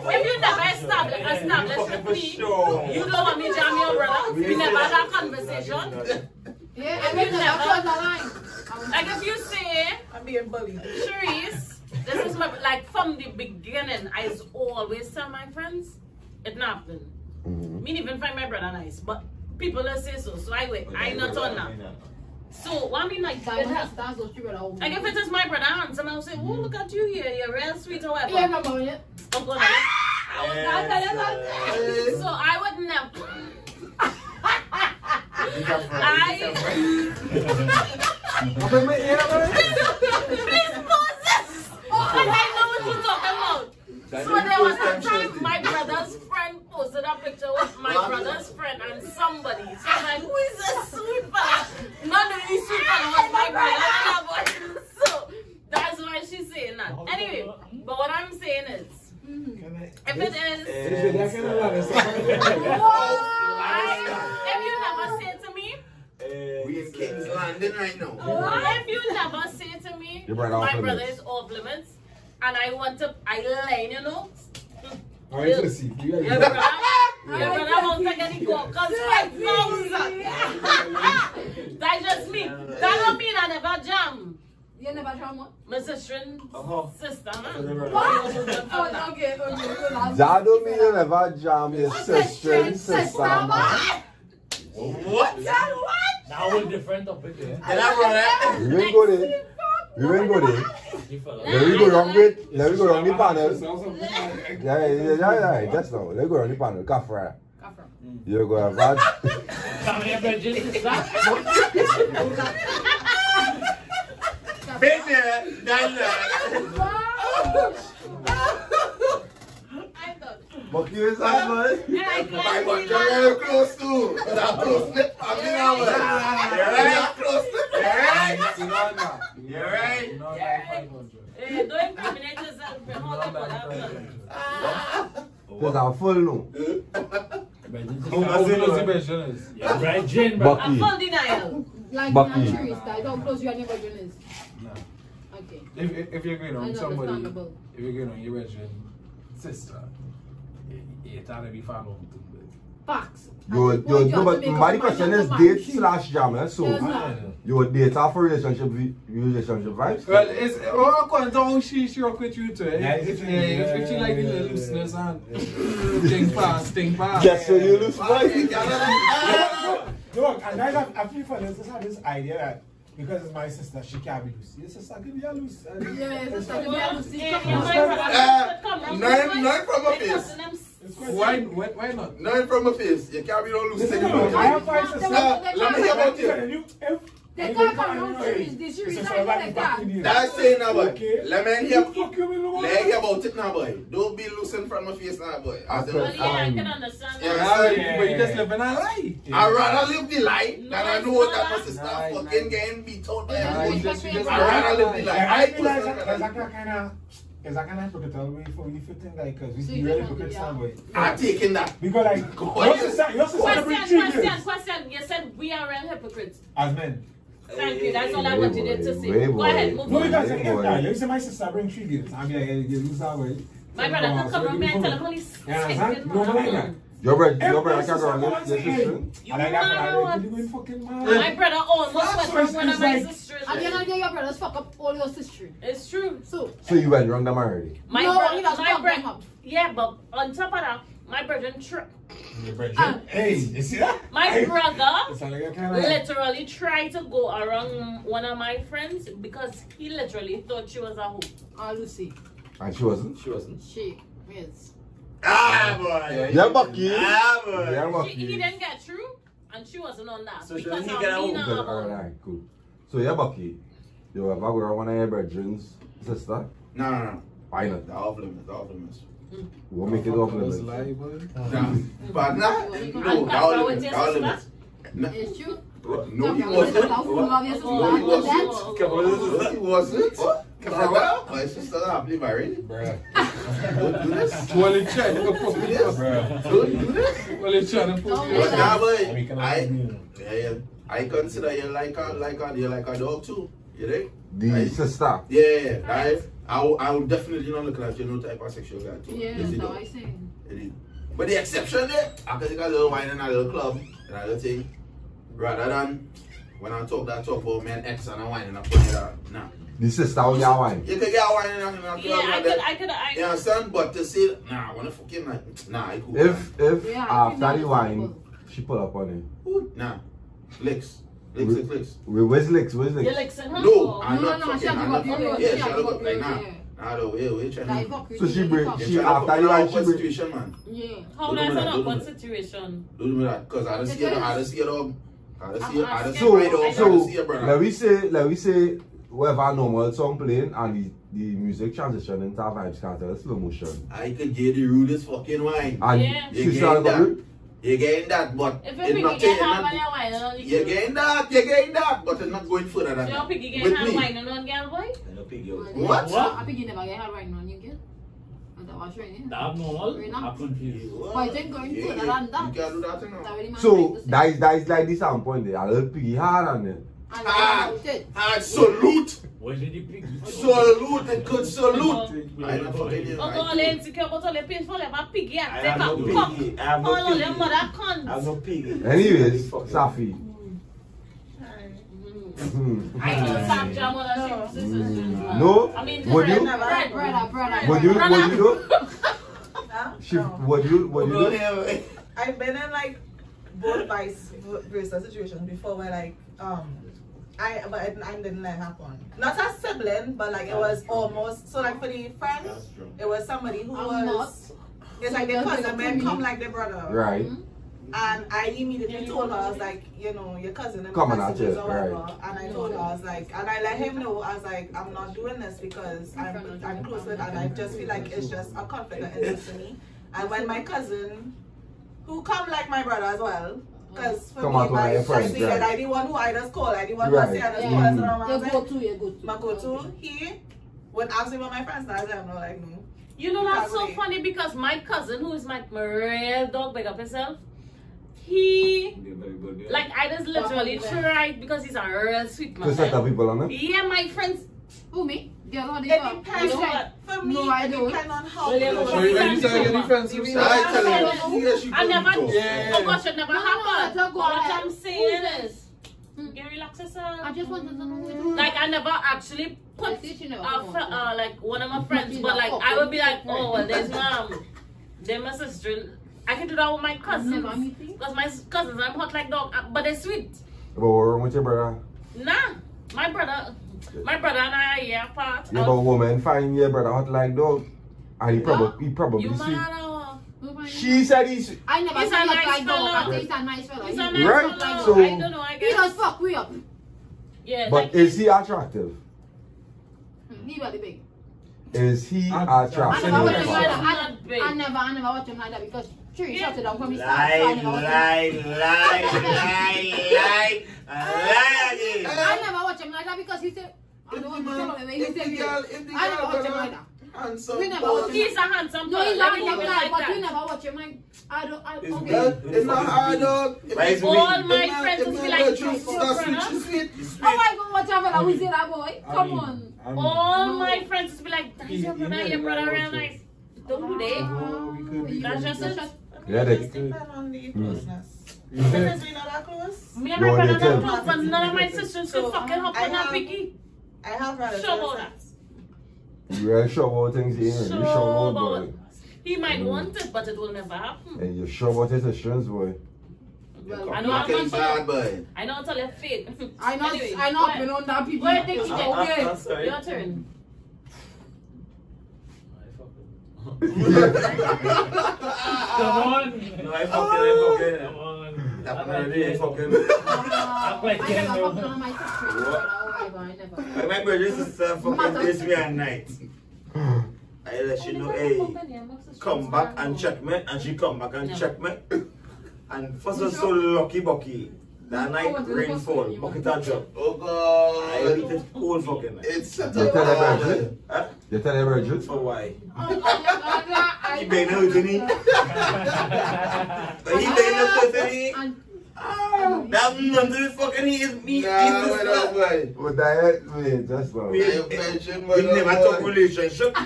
Speaker 11: no.
Speaker 5: if you never establish, establish
Speaker 11: Fucking for
Speaker 5: with me,
Speaker 11: sure.
Speaker 5: you don't want me to jam your brother. We never had that conversation.
Speaker 4: Yeah, I mean, never cross the line.
Speaker 5: Like if you say,
Speaker 7: I'm being bullied.
Speaker 5: Cherise, this is my like from the beginning. I s- always tell my friends, it not happen.
Speaker 8: Mhm.
Speaker 5: Me even find my brother nice, but people don't say so. So I wait. I not on that. So what I mean like
Speaker 4: That
Speaker 5: it
Speaker 4: one
Speaker 5: ha-
Speaker 4: has that's what she brother. old
Speaker 5: like if
Speaker 4: man.
Speaker 5: it is my brother handsome, I'll say, oh look at you here, you're real sweet or
Speaker 4: Yeah,
Speaker 5: whatever.
Speaker 4: remember yeah.
Speaker 5: But go like- I was not
Speaker 9: Ah!
Speaker 11: Yes,
Speaker 5: telling
Speaker 11: uh,
Speaker 5: her. So I would never. I
Speaker 1: Open my ear, man.
Speaker 5: please pause this. And Oh, I know what you're talking about. So there was a time my brother's friend posted a picture with my brother's friend and somebody. So I'm like, who is this sweet fella? None of these sweet fella was my brother. So that's why she's saying that. Anyway, but what I'm saying is, if it is,
Speaker 1: She like it a lot. It's a-
Speaker 5: I, if you never say to me,
Speaker 2: We in King's Landing right
Speaker 4: Oh,
Speaker 2: now.
Speaker 5: Why if you never say to me,
Speaker 8: You're right
Speaker 5: my
Speaker 8: off
Speaker 5: brother
Speaker 8: limits.
Speaker 5: is off limits, and I want to, I line, you know,
Speaker 1: All right, let's see. You
Speaker 5: your
Speaker 1: like it.
Speaker 5: brother, your brother won't take any call, cause five thousand. That's just me. That don't mean I never jam.
Speaker 4: You never drama?
Speaker 5: Mr. Shrin, sister, man.
Speaker 4: What? oh, okay, okay. so that's-
Speaker 8: That don't mean you never jam your sister and sister,
Speaker 4: Sister,
Speaker 8: man.
Speaker 4: what?
Speaker 2: What?
Speaker 4: That what?
Speaker 6: That was different topic eh? there.
Speaker 2: Did I run that?
Speaker 8: We won't go there. We won't go there. Let we go wrong with, let we go wrong the panel. Yeah, yeah, yeah, yeah, yeah, just now. Let we go wrong the panel. Kafra. You're going to have
Speaker 6: Come here, Bridget, sister.
Speaker 9: Been there, done that.
Speaker 5: I thought.
Speaker 8: Monkey is that, man.
Speaker 5: And I
Speaker 2: I
Speaker 5: glad
Speaker 2: want
Speaker 5: we
Speaker 2: to
Speaker 5: laughed.
Speaker 2: real close to. But I'm close knit family now. man. Yeah, I'm close knit.
Speaker 9: You right?
Speaker 5: Eh, don't incriminate yourself. We're all about that blood.
Speaker 8: Because I'm full now.
Speaker 6: Bridget, bro.
Speaker 5: A
Speaker 8: Bucky.
Speaker 5: full denial.
Speaker 4: Like
Speaker 8: Bucky.
Speaker 4: naturist, I don't close you and your virgin is.
Speaker 10: No.
Speaker 4: Okay.
Speaker 10: If, if, if you're going on somebody,
Speaker 4: Understandable.
Speaker 10: if you're going on your virgin sister, it's ought to be following through.
Speaker 4: Facts.
Speaker 8: You,
Speaker 4: At this
Speaker 8: you,
Speaker 4: point,
Speaker 8: no,
Speaker 4: have
Speaker 8: but
Speaker 4: to make
Speaker 8: my
Speaker 4: up your
Speaker 8: question
Speaker 4: mind
Speaker 8: is
Speaker 4: to
Speaker 8: date
Speaker 4: marry.
Speaker 8: slash jam, eh? So,
Speaker 4: Yes, ma'am.
Speaker 8: you would date her for relationship, vi- relationship vibes?
Speaker 10: Well, it's all according to how she, she rock with you too. eh?
Speaker 1: Yeah,
Speaker 10: If,
Speaker 1: it's-
Speaker 10: yeah, if, if she like the
Speaker 1: yeah,
Speaker 10: little
Speaker 1: yeah,
Speaker 10: looseness
Speaker 1: yeah.
Speaker 10: and thing fast, thing fast.
Speaker 8: Yes, so you lose money.
Speaker 1: Look, and I, I feel for this, this, this idea that because it's my sister, she can't be loose. Your sister can be a loose. and-
Speaker 4: Yeah, it's just like a
Speaker 5: Yeah,
Speaker 4: man who's
Speaker 5: yeah,
Speaker 4: sick.
Speaker 5: Eh, my
Speaker 1: Eh,
Speaker 5: brother. Come on,
Speaker 2: Nine, nine from a
Speaker 5: They
Speaker 2: face.
Speaker 5: cussing them
Speaker 1: It's crazy.
Speaker 10: Why, why, why not?
Speaker 2: Nine from a face. You can't be no loose
Speaker 1: Listen,
Speaker 2: thing.
Speaker 1: no, I have
Speaker 2: man.
Speaker 1: five sisters.
Speaker 2: Let me hear about you.
Speaker 1: Listen, you- if-
Speaker 4: They
Speaker 1: if
Speaker 4: can't
Speaker 1: they
Speaker 4: come around
Speaker 1: anyway,
Speaker 4: series, they should
Speaker 1: it's a
Speaker 4: resign
Speaker 1: survival
Speaker 4: like
Speaker 1: back
Speaker 4: that.
Speaker 1: in the-
Speaker 2: That's saying now, boy.
Speaker 1: Okay.
Speaker 2: Let me
Speaker 1: You
Speaker 2: hear.
Speaker 1: fuck you, me no
Speaker 2: Let me hear about it now, boy. Don't be loose in front of my face now, boy. I said,
Speaker 5: Well, yeah, I
Speaker 8: Um,
Speaker 5: can understand
Speaker 2: yeah,
Speaker 5: that.
Speaker 10: Ah,
Speaker 2: yeah,
Speaker 10: you-
Speaker 1: yeah,
Speaker 10: But you just
Speaker 1: yeah.
Speaker 10: live in a lie.
Speaker 2: I'd rather live the life than
Speaker 5: No,
Speaker 2: I
Speaker 5: it's
Speaker 2: know
Speaker 5: not.
Speaker 2: that my sister
Speaker 10: Nice,
Speaker 2: fucking
Speaker 10: nice.
Speaker 2: getting beat out by
Speaker 4: Yeah,
Speaker 2: her
Speaker 10: You
Speaker 2: own.
Speaker 4: it's
Speaker 10: just- you just-
Speaker 2: I'd rather live the life.
Speaker 1: Yeah,
Speaker 2: I
Speaker 1: I feel like that- that's
Speaker 2: personally-
Speaker 1: like a kind of, it's a kind of hypocritical way for you to think like, because
Speaker 4: So
Speaker 1: we
Speaker 4: you
Speaker 1: really
Speaker 4: just want to
Speaker 1: hypocrites
Speaker 4: be out.
Speaker 1: some way.
Speaker 2: I'm taking that.
Speaker 1: Because like,
Speaker 2: God.
Speaker 1: your sister, your sister will
Speaker 5: Question,
Speaker 1: treat you
Speaker 5: question, question. You said we are real hypocrites.
Speaker 1: as men.
Speaker 5: Thank you. That's all I
Speaker 8: Hey,
Speaker 5: wanted you to
Speaker 8: boy,
Speaker 5: say.
Speaker 8: hey,
Speaker 5: Go
Speaker 8: boy.
Speaker 5: ahead, move
Speaker 1: No,
Speaker 5: on.
Speaker 1: because
Speaker 8: Yeah,
Speaker 1: if
Speaker 8: boy.
Speaker 1: that, you see my sister bring three girls, I'm like, hey, you lose that way.
Speaker 5: My brother can come around me and tell him only
Speaker 1: Yeah, that's no like that.
Speaker 8: Your bread,
Speaker 1: If
Speaker 8: your
Speaker 1: my
Speaker 8: bread, I can't
Speaker 1: sister
Speaker 8: go on
Speaker 1: come and
Speaker 8: this
Speaker 1: say, hey,
Speaker 8: sister.
Speaker 1: I like that, but I like, you going fucking
Speaker 5: My
Speaker 1: mad.
Speaker 5: brother almost
Speaker 1: That's
Speaker 5: went
Speaker 1: what
Speaker 5: from one of
Speaker 1: it's
Speaker 5: my
Speaker 1: like.
Speaker 5: sisters.
Speaker 4: At the end of the day, your brothers fuck up all your sister.
Speaker 5: It's true.
Speaker 4: So,
Speaker 8: So you went wrong, them already.
Speaker 5: My
Speaker 4: No,
Speaker 5: brother,
Speaker 4: he does
Speaker 5: my
Speaker 4: fuck them
Speaker 5: brother.
Speaker 4: up.
Speaker 5: Yeah, but on top of that, my brother tripped.
Speaker 4: ah,
Speaker 1: Hey, you see that?
Speaker 5: My
Speaker 1: Hey.
Speaker 5: brother
Speaker 1: It's like a kind of.
Speaker 5: literally tried to go around one of my friends because he literally thought she was a hoe.
Speaker 4: ah, Lucy.
Speaker 8: And she wasn't.
Speaker 11: She wasn't.
Speaker 4: She, yes.
Speaker 9: Ah, boy.
Speaker 8: Yeah, Bucky.
Speaker 9: Ah,
Speaker 8: Yeah,
Speaker 9: boy.
Speaker 5: She, he
Speaker 8: Bucky.
Speaker 5: didn't get through, and she wasn't on that.
Speaker 11: So she
Speaker 5: because
Speaker 11: didn't
Speaker 5: I'm
Speaker 11: get a
Speaker 5: being a
Speaker 11: hoe.
Speaker 8: Good,
Speaker 5: hoe.
Speaker 8: alright, cool. So yeah, Bucky. You ever go around one of your brethren's sister?
Speaker 2: No, no, no.
Speaker 8: Why not?
Speaker 2: The off limits, the off limits.
Speaker 8: You won't make it off
Speaker 10: Those
Speaker 8: limits.
Speaker 10: lie, boy.
Speaker 2: Nah, but nah, no, the off limits, the off limits.
Speaker 4: It's true.
Speaker 2: Bro, No,
Speaker 4: Some
Speaker 2: he
Speaker 4: brothers
Speaker 2: wasn't.
Speaker 4: love full of your sister.
Speaker 5: Oh,
Speaker 2: No, he
Speaker 4: but
Speaker 2: wasn't.
Speaker 4: that-
Speaker 2: No, he wasn't. Brother, my sister not happily married. Don't do this.
Speaker 10: Well, it's trying to fuck me up.
Speaker 2: Don't do this.
Speaker 10: Well, it's trying to fuck me
Speaker 2: But
Speaker 10: up.
Speaker 2: nah, boy, I, yeah, yeah, I consider you like a, like a, you like a dog too. You think?
Speaker 8: The
Speaker 2: Aye.
Speaker 8: sister.
Speaker 2: Yeah, yeah, yeah. I, I, will- I will definitely not look at you no type of sexual guy too.
Speaker 4: Yeah,
Speaker 2: Yes, you
Speaker 4: that's
Speaker 2: know.
Speaker 4: what I say.
Speaker 2: It is. But the exception there, I can take a little wine in a little club and a little thing. Rather than when I talk that talk about me and ex and a wine and a put it out. Nah.
Speaker 8: The sister was your wine.
Speaker 2: You can get a wine in a, in a club
Speaker 5: Yeah, I
Speaker 2: like
Speaker 5: could,
Speaker 2: that.
Speaker 5: I could, I
Speaker 2: You understand? But to say, nah, I wanna fucking like, nah, I cool.
Speaker 8: If if
Speaker 4: Yeah, I
Speaker 8: after
Speaker 4: think that's
Speaker 8: the wine, she pull up on him.
Speaker 2: Ooh, nah. Licks. Licks, licks, licks.
Speaker 8: We where's licks? Where's
Speaker 5: you're
Speaker 8: licks?
Speaker 5: like, so, huh?
Speaker 2: No, I'm
Speaker 4: Oh, No,
Speaker 2: not
Speaker 4: no, no, she
Speaker 2: fucking.
Speaker 4: had to
Speaker 2: I'm
Speaker 4: go
Speaker 2: not
Speaker 4: up
Speaker 2: fucking.
Speaker 4: here,
Speaker 2: Yeah,
Speaker 4: she
Speaker 2: she
Speaker 4: had
Speaker 2: had
Speaker 4: to go
Speaker 2: look like
Speaker 4: up
Speaker 2: nah.
Speaker 4: here.
Speaker 2: Nah, though, yeah, we're
Speaker 4: Like,
Speaker 2: trying to.
Speaker 4: fuck
Speaker 8: So she
Speaker 4: really
Speaker 8: break-
Speaker 4: fuck.
Speaker 8: she-
Speaker 2: She after
Speaker 8: after
Speaker 2: you
Speaker 8: you
Speaker 2: like
Speaker 8: and she-
Speaker 2: situation, man.
Speaker 4: Yeah.
Speaker 5: How does that not one situation?
Speaker 2: Don't do me that, cause I don't see it. I don't see it. all. I don't see it. I don't see
Speaker 8: So
Speaker 2: it. all. I don't
Speaker 8: so
Speaker 2: see it, brother.
Speaker 8: let we say let we say whatever normal song playing and the, the music transition into a vibes cartel slow motion.
Speaker 2: I could get the rudest fucking wine.
Speaker 8: And
Speaker 5: Yeah.
Speaker 2: You
Speaker 8: she
Speaker 2: getting
Speaker 8: started
Speaker 2: that.
Speaker 8: going,
Speaker 2: You getting that, but
Speaker 5: If
Speaker 2: it's
Speaker 5: you piggy
Speaker 2: not
Speaker 5: get
Speaker 2: it's
Speaker 5: half
Speaker 2: not.
Speaker 5: and your wine, and only
Speaker 2: You getting that. You getting that, but it's not going further than
Speaker 5: your
Speaker 2: that.
Speaker 5: piggy get
Speaker 2: With
Speaker 5: half
Speaker 2: me.
Speaker 5: wine and one girl boy?
Speaker 11: I know pig yo.
Speaker 2: What?
Speaker 4: I think you never get her right now, you get? Is that what you're saying?
Speaker 6: The abnormal, I'm confused.
Speaker 4: But it ain't going
Speaker 2: Yeah,
Speaker 4: further
Speaker 2: yeah.
Speaker 4: than that.
Speaker 2: You can't do that, you know.
Speaker 4: That really man
Speaker 8: So
Speaker 4: like to say.
Speaker 8: that is that is like the sound point there. I little piggy hard on it.
Speaker 4: I
Speaker 2: Ah.
Speaker 4: like it.
Speaker 2: Ah, salute,
Speaker 6: Where did you pick?
Speaker 2: salute, and good salute. I don't fucking hear.
Speaker 5: But all
Speaker 2: right.
Speaker 5: them secure, but all them painful, them a piggy and
Speaker 11: I
Speaker 5: take
Speaker 11: have no
Speaker 5: a
Speaker 11: piggy.
Speaker 5: cock.
Speaker 11: I have no
Speaker 5: All of them
Speaker 11: piggy.
Speaker 5: mother
Speaker 11: I'm
Speaker 5: cunts.
Speaker 11: no pig.
Speaker 8: Anyways,
Speaker 11: Fucking-
Speaker 8: Safi,
Speaker 5: Mm. I don't slap jam on a shit. This is just-
Speaker 8: Mm. No?
Speaker 5: I mean,
Speaker 8: Would you?
Speaker 5: Bread, bread, bread.
Speaker 8: Would you,
Speaker 5: Bread.
Speaker 8: would you do? She, would you, would
Speaker 9: non.
Speaker 8: you do?
Speaker 7: I've been in like both vice versa situations before where like um I but I, I didn't let it happen. Not a sibling, but like it was almost so like for the friend, it was somebody who
Speaker 4: I'm
Speaker 8: Mm.
Speaker 7: was it's like their
Speaker 4: That's
Speaker 7: cousin
Speaker 4: like
Speaker 7: men
Speaker 4: me.
Speaker 7: come like their brother.
Speaker 8: Right.
Speaker 7: And I immediately told her, I was like, you know, your cousin and
Speaker 8: Come on,
Speaker 7: messages
Speaker 8: Ajay,
Speaker 7: or whatever.
Speaker 8: right.
Speaker 7: And I told her, I was like, and I let him know, I was like, I'm not doing this because I'm, I'm close with and I just feel like it's just a conflict that exists for me. And when my cousin, who come like my brother as well, because for
Speaker 8: Come
Speaker 7: me,
Speaker 8: out one of
Speaker 7: my,
Speaker 8: your
Speaker 7: I
Speaker 8: friends,
Speaker 7: see that
Speaker 8: right.
Speaker 7: I the one who I just call, I the one who I say I just
Speaker 8: Right.
Speaker 7: call, I just
Speaker 8: Mhm.
Speaker 7: run around
Speaker 4: You go
Speaker 7: with.
Speaker 4: to, you go to.
Speaker 7: My go-to, he would ask me about my friends, and I said, I'm not like, no.
Speaker 5: You know that's so
Speaker 7: Probably.
Speaker 5: funny because my cousin, who is my my real dog, big up himself, he like I just literally tried because he's a real sweet man.
Speaker 8: To set up people on it?
Speaker 5: Yeah, my friends.
Speaker 4: Who me? Girl, what
Speaker 7: It depends on, for me,
Speaker 4: No, I
Speaker 7: it
Speaker 4: don't.
Speaker 7: depends on
Speaker 4: Oh,
Speaker 7: how.
Speaker 5: Well, yeah,
Speaker 7: close
Speaker 5: but
Speaker 10: So you
Speaker 5: friends
Speaker 10: you start
Speaker 5: so
Speaker 10: getting
Speaker 5: much.
Speaker 10: friends
Speaker 7: You
Speaker 10: you
Speaker 7: really
Speaker 10: start.
Speaker 7: are.
Speaker 5: I never. Oh gosh, it never
Speaker 4: No, no, no,
Speaker 5: happened.
Speaker 4: let her go.
Speaker 5: What I'm
Speaker 4: Who
Speaker 5: saying
Speaker 4: is
Speaker 5: is, you relax yourself.
Speaker 4: I just wanted to know who
Speaker 5: Like I never actually put
Speaker 4: Yes, you know,
Speaker 5: uh, fr- uh, like one of my friends,
Speaker 4: Nothing
Speaker 5: but like
Speaker 4: about
Speaker 5: I would be like,
Speaker 4: friends.
Speaker 5: oh, well, there's mom, there's my sister. I can do that with my cousins
Speaker 4: Never meeting.
Speaker 5: because my s- cousins I'm hot like dog, uh, but they're sweet.
Speaker 8: Or with your brother?
Speaker 5: Nah, my brother, my brother and I are a year apart. Oh,
Speaker 8: You know, woman, find your brother hot like dog. And he probably, he
Speaker 5: you oh.
Speaker 8: probably
Speaker 5: man,
Speaker 8: sweet.
Speaker 5: I don't-
Speaker 4: who.
Speaker 8: She said he's.
Speaker 4: I never
Speaker 5: He's
Speaker 4: see
Speaker 5: a
Speaker 4: a
Speaker 5: nice
Speaker 4: guy dog. I
Speaker 5: fella.
Speaker 4: think he's a nice fella.
Speaker 5: He's a
Speaker 4: He-
Speaker 5: nice
Speaker 8: Right,
Speaker 5: fellow.
Speaker 8: so-
Speaker 5: I don't know. I
Speaker 4: He does
Speaker 5: guess.
Speaker 4: fuck we up. Hmm,
Speaker 5: Yeah,
Speaker 8: But is he attractive?
Speaker 4: He really big.
Speaker 8: Is he
Speaker 4: I never watch him like
Speaker 8: attractive?
Speaker 5: He's
Speaker 4: that.
Speaker 5: not
Speaker 4: I,
Speaker 5: big.
Speaker 4: I never, I never watch him like that because Tree
Speaker 5: Yeah.
Speaker 4: shut it down for me. so I
Speaker 9: Lie,
Speaker 4: never watch him.
Speaker 9: lie, lie, lie, lie again.
Speaker 4: I never watch him like that because he said, I don't want to tell him the way he
Speaker 2: If the
Speaker 4: said it.
Speaker 2: girl, if the
Speaker 4: I never
Speaker 2: girl
Speaker 4: watch him
Speaker 2: gonna-
Speaker 4: like that.
Speaker 2: Handsome bon.
Speaker 4: We never
Speaker 2: boy.
Speaker 4: watch him.
Speaker 5: Oh, he's a handsome.
Speaker 4: No,
Speaker 5: fellow.
Speaker 4: he's
Speaker 5: Let
Speaker 4: not
Speaker 5: me keep
Speaker 4: like
Speaker 5: it
Speaker 4: that, but we
Speaker 5: that.
Speaker 4: never watch him like, I don't, I,
Speaker 9: It's
Speaker 4: okay.
Speaker 9: good.
Speaker 2: Well, Eh, It's not hard, dog. If
Speaker 9: Why is
Speaker 2: it's
Speaker 9: it
Speaker 5: All
Speaker 9: All
Speaker 5: my friends will be like,
Speaker 2: she's not sweet, she's sweet.
Speaker 4: Oh my god, whatever, I will say that boy.
Speaker 1: I
Speaker 4: Come
Speaker 1: mean,
Speaker 4: on.
Speaker 8: Um,
Speaker 1: I mean,
Speaker 5: All
Speaker 4: No.
Speaker 5: my friends would be like, that's
Speaker 1: He-
Speaker 5: your
Speaker 1: he
Speaker 5: brother,
Speaker 1: really
Speaker 5: your brother
Speaker 1: like
Speaker 5: real
Speaker 1: watches.
Speaker 5: nice. Don't do that.
Speaker 4: Uh-huh.
Speaker 1: no, Oh, we could be
Speaker 5: That's just
Speaker 1: friends.
Speaker 5: it.
Speaker 8: Yeah,
Speaker 7: It
Speaker 8: they.
Speaker 7: just depends on the closeness.
Speaker 1: Yeah.
Speaker 7: Since we're not that close,
Speaker 5: Me and
Speaker 8: You
Speaker 5: my
Speaker 8: want
Speaker 5: brother
Speaker 8: your
Speaker 5: don't
Speaker 8: tail?
Speaker 5: talk, but none of my sisters
Speaker 7: So,
Speaker 5: could fucking help
Speaker 7: I
Speaker 5: on that
Speaker 7: have-
Speaker 5: picky.
Speaker 7: I have relatives.
Speaker 5: Sure about that.
Speaker 8: You are sure about things, you know. You sure
Speaker 5: Sure
Speaker 8: about boy.
Speaker 5: about- He might want it, but it will never happen.
Speaker 8: And you sure about his assurance, boy.
Speaker 5: I
Speaker 2: Well,
Speaker 5: know how
Speaker 2: fucking
Speaker 5: much-
Speaker 2: bad boy.
Speaker 5: I know until they're fake.
Speaker 4: I not,
Speaker 5: Anyway,
Speaker 4: I not
Speaker 5: go
Speaker 4: been
Speaker 5: ahead.
Speaker 4: on that people.
Speaker 5: Go ahead, take it.
Speaker 4: Okay.
Speaker 11: I'm sorry.
Speaker 5: Your turn.
Speaker 6: Come on.
Speaker 11: No, I fucking, I
Speaker 6: Come
Speaker 11: fucking.
Speaker 6: on.
Speaker 2: That
Speaker 6: I
Speaker 2: one
Speaker 6: like
Speaker 2: already I
Speaker 6: it.
Speaker 2: fucking.
Speaker 4: Uh,
Speaker 6: like
Speaker 4: I
Speaker 6: it,
Speaker 4: never
Speaker 6: no.
Speaker 4: fucked on my sister. Oh, I never, I never.
Speaker 9: Like my brother and sister fucking race me at night. I let she know, hey, come back and check me, and she come back and check me. And first was so lucky, Bucky. That night, rainfall, bucket a drop.
Speaker 2: Oh
Speaker 9: I
Speaker 2: god.
Speaker 9: hate it cold fucking night.
Speaker 2: It's such
Speaker 8: You
Speaker 2: a
Speaker 8: tell her
Speaker 2: bad
Speaker 8: about
Speaker 2: boy.
Speaker 8: it?
Speaker 9: Huh?
Speaker 8: You tell her about it?
Speaker 9: For why?
Speaker 4: I
Speaker 9: He been out, didn't he? But he been out, didn't he?
Speaker 4: And
Speaker 9: Ah, That none to the fucking he is me.
Speaker 2: Nah,
Speaker 9: he is
Speaker 2: my
Speaker 9: not-
Speaker 2: dog boy.
Speaker 8: With that, Oh, man, that's what.
Speaker 9: We,
Speaker 2: I mentioned my
Speaker 9: we
Speaker 2: dog
Speaker 9: never talk
Speaker 2: boy.
Speaker 9: relationship.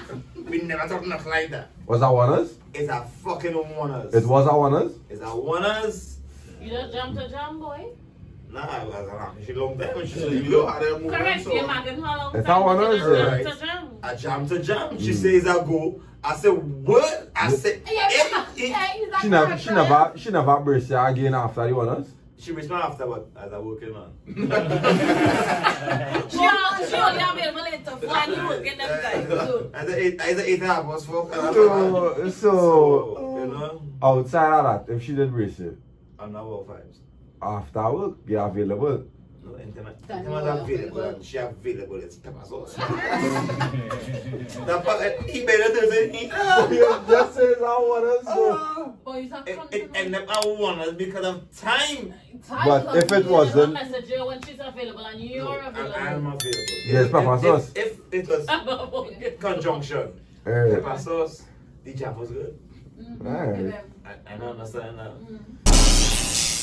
Speaker 9: we never talk nothing like that.
Speaker 8: Was that one us?
Speaker 9: It's a fucking warners.
Speaker 8: It was that one us?
Speaker 9: It's a warners.
Speaker 5: You don't jump to jump, boy.
Speaker 9: Nah, it was a she long time when she
Speaker 2: So
Speaker 9: said,
Speaker 2: you know
Speaker 9: you
Speaker 2: how that move
Speaker 5: Correct,
Speaker 2: so-
Speaker 5: you're marking how long.
Speaker 8: That's
Speaker 5: time
Speaker 8: how I know
Speaker 5: you
Speaker 8: it's
Speaker 5: don't
Speaker 9: right.
Speaker 5: jump to jump.
Speaker 9: I jam to jam. She
Speaker 8: Mm.
Speaker 9: says I go. I said what? I said
Speaker 4: yeah,
Speaker 9: eh,
Speaker 4: yeah,
Speaker 9: eh.
Speaker 4: he's like
Speaker 8: She never,
Speaker 4: that,
Speaker 8: she
Speaker 4: right?
Speaker 8: never, she never embraced you again after the one us?
Speaker 9: She reached me afterward as a working man.
Speaker 5: She all- she only available later for any work in them guys. So,
Speaker 9: As a eight, as a eight and a half was for.
Speaker 8: Oh, So,
Speaker 9: So, you
Speaker 8: so,
Speaker 9: know,
Speaker 8: outside of that, if she did embrace you,
Speaker 9: I'm not about vibes.
Speaker 8: after work, you're available.
Speaker 9: No, intimate.
Speaker 4: That's
Speaker 9: Intimate
Speaker 4: not
Speaker 9: available
Speaker 4: available.
Speaker 9: and she available. It's pepper sauce.
Speaker 4: Oh.
Speaker 9: That fuck, eh, he better than me.
Speaker 8: just says I want us, bro.
Speaker 4: Boy, he's not
Speaker 9: It, it
Speaker 4: coming
Speaker 9: ended up at one us because of time.
Speaker 4: home.
Speaker 8: But
Speaker 4: Tight
Speaker 8: if it
Speaker 4: hug.
Speaker 8: was- Wasn't-
Speaker 5: you message her when she's available and you're
Speaker 9: I'm, I'm
Speaker 5: available.
Speaker 9: available.
Speaker 8: Yes,
Speaker 9: If-
Speaker 8: pepper
Speaker 9: if-
Speaker 8: sauce.
Speaker 9: If, if it was conjunction,
Speaker 8: Eh,
Speaker 9: pepper sauce, the jam was good.
Speaker 8: alright.
Speaker 9: I, I don't understand now.